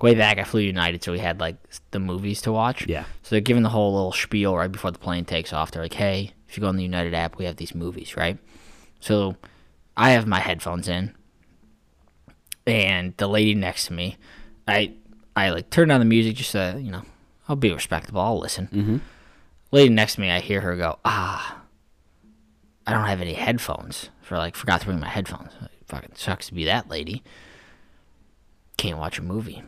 Speaker 2: way back, I flew United, so we had like s- the movies to watch.
Speaker 1: Yeah.
Speaker 2: So they're giving the whole little spiel right before the plane takes off. They're like, hey, if you go on the United app, we have these movies, right? So I have my headphones in, and the lady next to me, I I like turn down the music just so you know I'll be respectable. I'll listen. Mm-hmm. Lady next to me, I hear her go, ah, I don't have any headphones. For like, forgot to bring my headphones. Fucking sucks to be that lady. Can't watch a movie.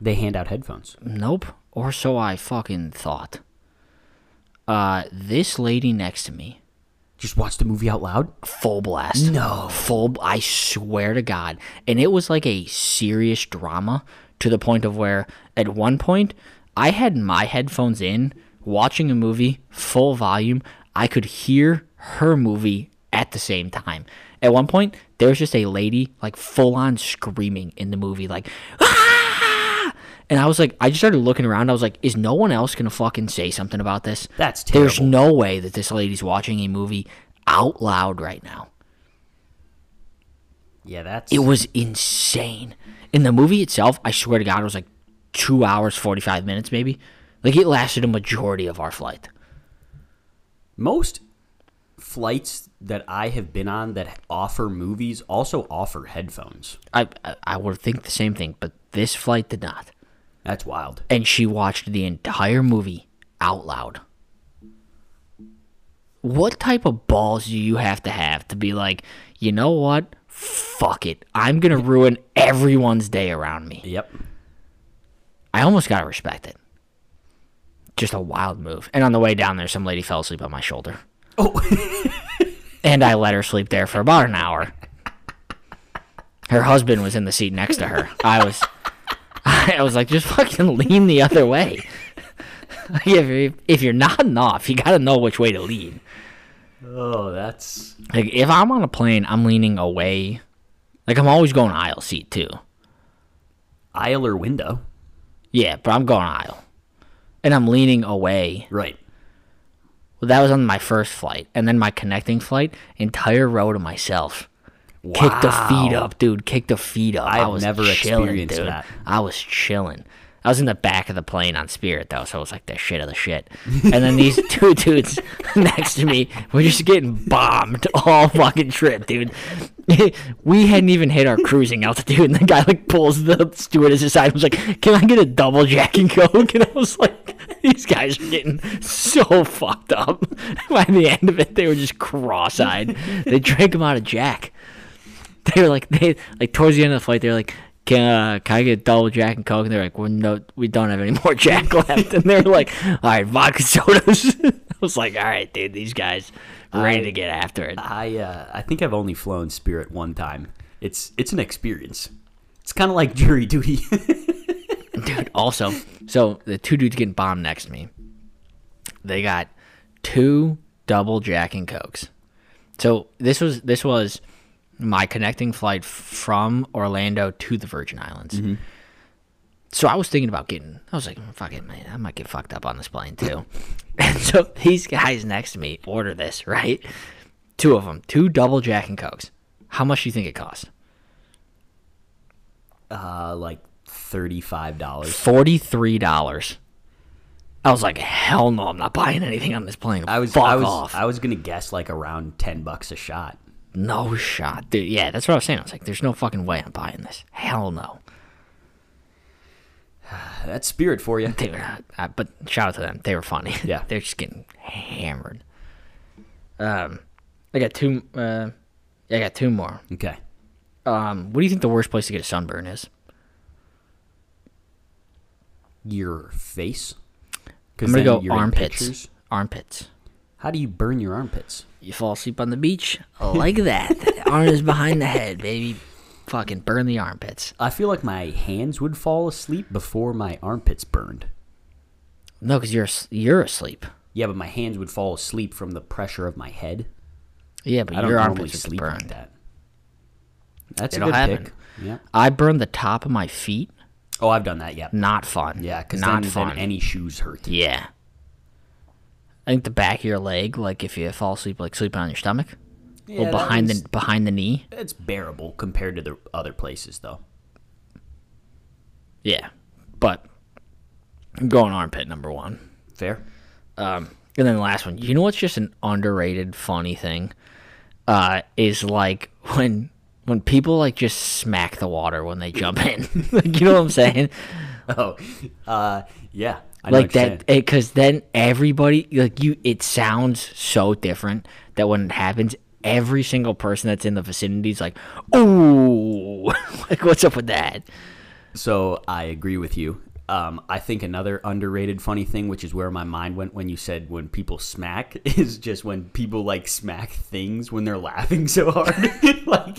Speaker 1: They hand out headphones.
Speaker 2: Nope. Or so I fucking thought. Uh, this lady next to me
Speaker 1: Just watch the movie out loud.
Speaker 2: full blast. No. Full bl- I swear to God. And it was like a serious drama to the point of where at one point I had my headphones in watching a movie full volume. I could hear her movie at the same time. At one point there was just a lady like full on screaming in the movie like "Ah!" And I was like, I just started looking around. I was like, is no one else gonna fucking say something about this?
Speaker 1: That's
Speaker 2: There's
Speaker 1: terrible.
Speaker 2: no way that this lady's watching a movie out loud right now.
Speaker 1: Yeah, that's
Speaker 2: It was insane. In the movie itself, I swear to God, it was like two hours forty five minutes, maybe. Like it lasted a majority of our flight.
Speaker 1: most flights that I have been on that offer movies also offer headphones.
Speaker 2: I I, I would think the same thing, but this flight did not.
Speaker 1: That's wild.
Speaker 2: and she watched the entire movie out loud. What type of balls do you have to have to be like, you know what? Fuck it. I'm going to ruin everyone's day around me.
Speaker 1: Yep.
Speaker 2: I almost got to respect it. Just a wild move. And on the way down there, some lady fell asleep on my shoulder.
Speaker 1: Oh,
Speaker 2: [laughs] And I let her sleep there for about an hour. Her husband was in the seat next to her. I was, [laughs] I was like, just fucking lean the other way. [laughs] Like, if you're, if you're nodding off, you gotta know which way to lean.
Speaker 1: oh, that's
Speaker 2: Like if I'm on a plane, I'm leaning away. Like I'm always going aisle seat too.
Speaker 1: aisle or window.
Speaker 2: Yeah, but I'm going aisle, and I'm leaning away.
Speaker 1: Right.
Speaker 2: Well, that was on my first flight, and then my connecting flight, entire row to myself. Kick the feet
Speaker 1: Wow.
Speaker 2: up, dude. Kick the feet up. I
Speaker 1: I've
Speaker 2: was
Speaker 1: never
Speaker 2: chilling,
Speaker 1: experienced
Speaker 2: dude.
Speaker 1: that.
Speaker 2: I was chilling. I was in the back of the plane on Spirit though, so it was like the shit of the shit. And
Speaker 1: [laughs]
Speaker 2: then these two dudes [laughs] next to me were just getting bombed all fucking trip, dude. [laughs] we hadn't even hit our cruising altitude, and the guy like pulls the stewardess aside and was like, "Can I get a double Jack and Coke?" [laughs] And I was like, "These guys are getting so fucked up." [laughs] By the end of it, they were just cross-eyed. They drank them out of Jack [laughs] they were like they like towards the end of the flight they were like can, uh, can I get double Jack and Coke? And they're like, well, no, we don't have any [laughs] more Jack left. And they're like, all right, vodka sodas. [laughs] I was like, all right, dude, these guys ready to get after it.
Speaker 1: I uh, I think I've only flown Spirit one time. It's it's an experience. It's kind of like jury duty. [laughs]
Speaker 2: Dude, also, so the two dudes getting bombed next to me, they got two double Jack and Cokes. So this was this was my connecting flight from Orlando to the Virgin Islands. So I was thinking about getting. I was like, "Fuck it, man! I might get fucked up on this plane too." [laughs] and so these guys next to me order this right. Two of them, two double Jack and Cokes. How much do you think it cost?
Speaker 1: uh, like thirty five dollars.
Speaker 2: Forty three dollars. I was like, hell no, I'm not buying anything on this plane.
Speaker 1: I was
Speaker 2: Fuck
Speaker 1: I was
Speaker 2: off.
Speaker 1: I was gonna guess like around ten bucks a shot.
Speaker 2: no shot, dude. Yeah, that's what I was saying. I was like, there's no fucking way I'm buying this. Hell no,
Speaker 1: That's Spirit for you.
Speaker 2: they were not. Uh, but shout out to them. They were funny. [laughs]
Speaker 1: Yeah.
Speaker 2: they're just getting hammered. Um, I got two. Uh, I got two more.
Speaker 1: Okay.
Speaker 2: Um, what do you think the worst place to get a sunburn is?
Speaker 1: Your face.
Speaker 2: I'm
Speaker 1: Because
Speaker 2: gonna go armpits. Armpits.
Speaker 1: How do you burn your armpits?
Speaker 2: You fall asleep on the beach like that. [laughs] The Arm is behind the head, baby. Fucking burn the armpits.
Speaker 1: I feel like my hands would fall asleep before my armpits burned.
Speaker 2: No, because you're as- you're asleep.
Speaker 1: Yeah, but my hands would fall asleep from the pressure of my head.
Speaker 2: Yeah, but
Speaker 1: I don't
Speaker 2: your
Speaker 1: normally
Speaker 2: armpits would
Speaker 1: sleep
Speaker 2: burn.
Speaker 1: like that. That's
Speaker 2: It'll
Speaker 1: a good
Speaker 2: happen.
Speaker 1: pick. Yeah.
Speaker 2: I burned the top of my feet.
Speaker 1: Oh, I've done that. Yeah.
Speaker 2: Not fun.
Speaker 1: Yeah, because
Speaker 2: not
Speaker 1: then,
Speaker 2: fun.
Speaker 1: then any shoes hurt.
Speaker 2: yeah. I think the back of your leg, like if you fall asleep, like sleeping on your stomach,
Speaker 1: Yeah,
Speaker 2: or
Speaker 1: that
Speaker 2: behind
Speaker 1: one's-
Speaker 2: the behind the knee.
Speaker 1: It's bearable compared to the other places, though.
Speaker 2: Yeah, but I'm going armpit number one.
Speaker 1: Fair. [laughs]
Speaker 2: And then the last one, you know what's just an underrated funny thing? Uh, is like [laughs] when when people like just smack the water when they jump in. [laughs] like, you know what I'm saying?
Speaker 1: Oh, uh, yeah. I know
Speaker 2: like
Speaker 1: what you're saying.
Speaker 2: that because then everybody like you it sounds so different that when it happens every single person that's in the vicinity is like oh [laughs] like what's up with that
Speaker 1: So I agree with you. Um, I think another underrated funny thing, which is where my mind went when you said when people smack, [laughs] is just when people [laughs] like [laughs] smack things when they're laughing so hard. like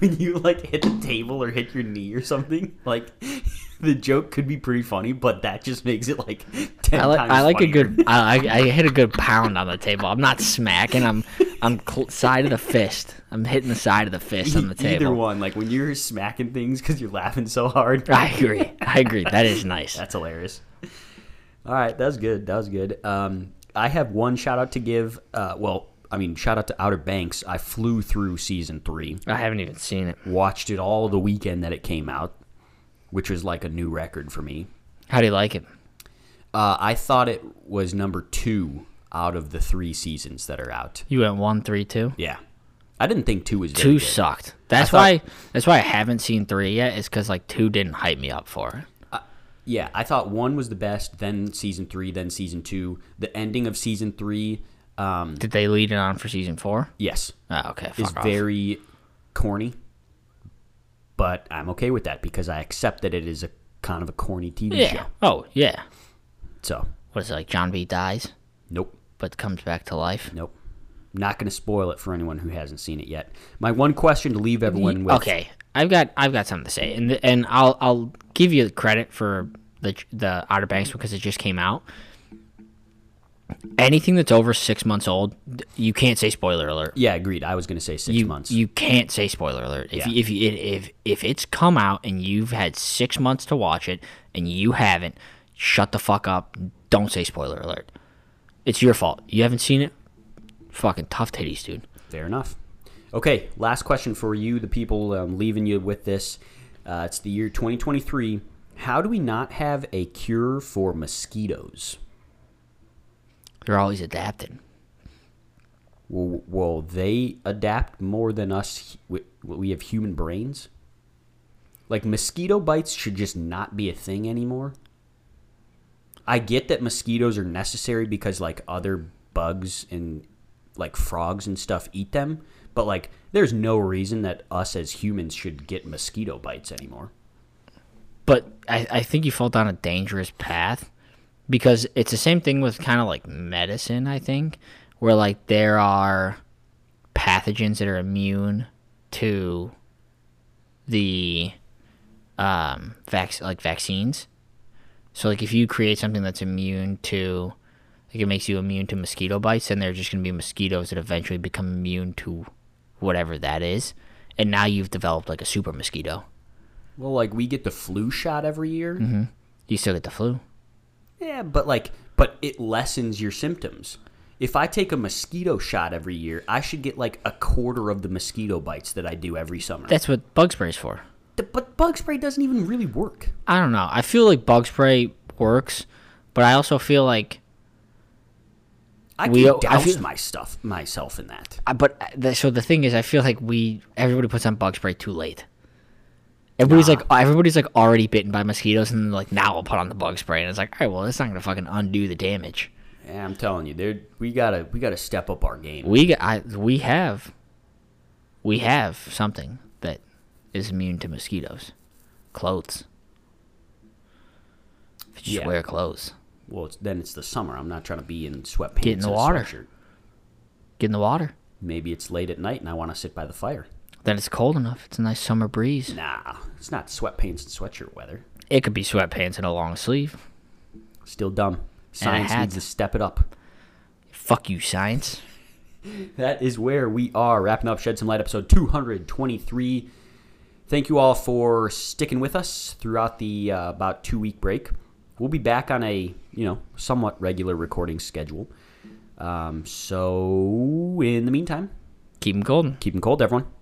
Speaker 1: when you like hit the table or hit your knee or something, like [laughs] the joke could be pretty funny, but that just makes it like [laughs] ten
Speaker 2: I like
Speaker 1: times.
Speaker 2: I like a
Speaker 1: funnier.
Speaker 2: good I, I I hit a good pound on the table. I'm not smacking. I'm I'm cl- side of the fist. I'm hitting the side of the fist on the
Speaker 1: E- Either
Speaker 2: table.
Speaker 1: one, like when you're smacking things because you're laughing so
Speaker 2: [laughs]
Speaker 1: hard.
Speaker 2: I agree. I agree. That is nice.
Speaker 1: [laughs] That's hilarious. All right, that was good. That was good. Um, I have one shout out to give. Uh, well, I mean, shout out to Outer Banks. I flew through season three,
Speaker 2: I haven't even seen it.
Speaker 1: watched it all the weekend that it came out, which was like a new record for me.
Speaker 2: How do you like it?
Speaker 1: Uh, I thought it was number two out of the three seasons that are out.
Speaker 2: You went one, three, two.
Speaker 1: Yeah, I didn't think two was very
Speaker 2: Two
Speaker 1: good.
Speaker 2: sucked. That's why. That's why I haven't seen three yet. Is because like two didn't hype me up for it.
Speaker 1: Yeah, I thought one was the best, then season three, then season two. The ending of season three, um,
Speaker 2: Did they lead it on for season four?
Speaker 1: yes,
Speaker 2: Oh, okay.
Speaker 1: is
Speaker 2: Fuck off.
Speaker 1: very corny, but I'm okay with that because I accept that it is a kind of a corny TV
Speaker 2: yeah.
Speaker 1: show.
Speaker 2: Oh yeah.
Speaker 1: So,
Speaker 2: What is it like? John B dies,
Speaker 1: nope,
Speaker 2: but comes back to life.
Speaker 1: nope. Not going to spoil it for anyone who hasn't seen it yet. My one question to leave everyone with.
Speaker 2: Okay, I've got I've got something to say, and and I'll I'll give you credit for the the Outer Banks because it just came out. Anything that's over six months old, you can't say spoiler alert.
Speaker 1: Yeah, agreed. I was going to say six
Speaker 2: you,
Speaker 1: months.
Speaker 2: You can't say spoiler alert. If
Speaker 1: Yeah.
Speaker 2: you, if you, if if it's come out and you've had six months to watch it and you haven't, shut the fuck up. Don't say spoiler alert. It's your fault. You haven't seen it. Fucking tough titties, dude.
Speaker 1: Fair enough. Okay, last question for you, the people um, leaving you with this. Uh, it's the year 2023. How do we not have a cure for mosquitoes?
Speaker 2: They're always adapting.
Speaker 1: Will, will they adapt more than us? We, we have human brains. Like mosquito bites should just not be a thing anymore. I get that mosquitoes are necessary because like other bugs and like frogs and stuff eat them, but like there's no reason that us as humans should get mosquito bites anymore.
Speaker 2: but I, I think you fall down a dangerous path because it's the same thing with kind of like medicine i think where like there are pathogens that are immune to the um vac- like vaccines so like if you create something that's immune to like it makes you immune to mosquito bites then there're just going to be mosquitoes that eventually become immune to whatever that is and now you've developed like a super mosquito
Speaker 1: Well, like we get the flu shot every year.
Speaker 2: you still get the flu
Speaker 1: Yeah, but like, but it lessens your symptoms. If I take a mosquito shot every year, I should get like a quarter of the mosquito bites that I do every summer.
Speaker 2: That's what bug spray's for.
Speaker 1: The- but bug spray doesn't even really work.
Speaker 2: I don't know. I feel like bug spray works, but I also feel like.
Speaker 1: I
Speaker 2: We-
Speaker 1: can
Speaker 2: I
Speaker 1: douse
Speaker 2: feel-
Speaker 1: my stuff myself in that.
Speaker 2: I- But uh, the, so the thing is, I feel like we everybody puts on bug spray too late. Everybody's like uh, everybody's like already bitten by mosquitoes, and then like now I'll put on the bug spray, and it's like, all right, well, that's not gonna fucking undo the damage.
Speaker 1: Yeah, I'm telling you, there we gotta we gotta step up our game.
Speaker 2: We got, I, we have, we have something that is immune to mosquitoes, clothes. If you just
Speaker 1: Yeah.
Speaker 2: wear clothes,
Speaker 1: Well, it's, then it's the summer. I'm not trying to be in sweatpants.
Speaker 2: Get in the
Speaker 1: and a
Speaker 2: water.
Speaker 1: sweatshirt.
Speaker 2: get in the water.
Speaker 1: Maybe it's late at night and I want to sit by the fire.
Speaker 2: Then it's cold enough. It's a nice summer breeze.
Speaker 1: Nah, it's not sweatpants and sweatshirt weather.
Speaker 2: It could be sweatpants and a long sleeve.
Speaker 1: Still dumb. Science
Speaker 2: hat.
Speaker 1: needs to step it up.
Speaker 2: Fuck you, science.
Speaker 1: that is where we are wrapping up shed some light episode 223 thank you all for sticking with us throughout the uh, about two week break we'll be back on a you know somewhat regular recording schedule um, so in the meantime
Speaker 2: Keep 'em golden.
Speaker 1: keep 'em cold everyone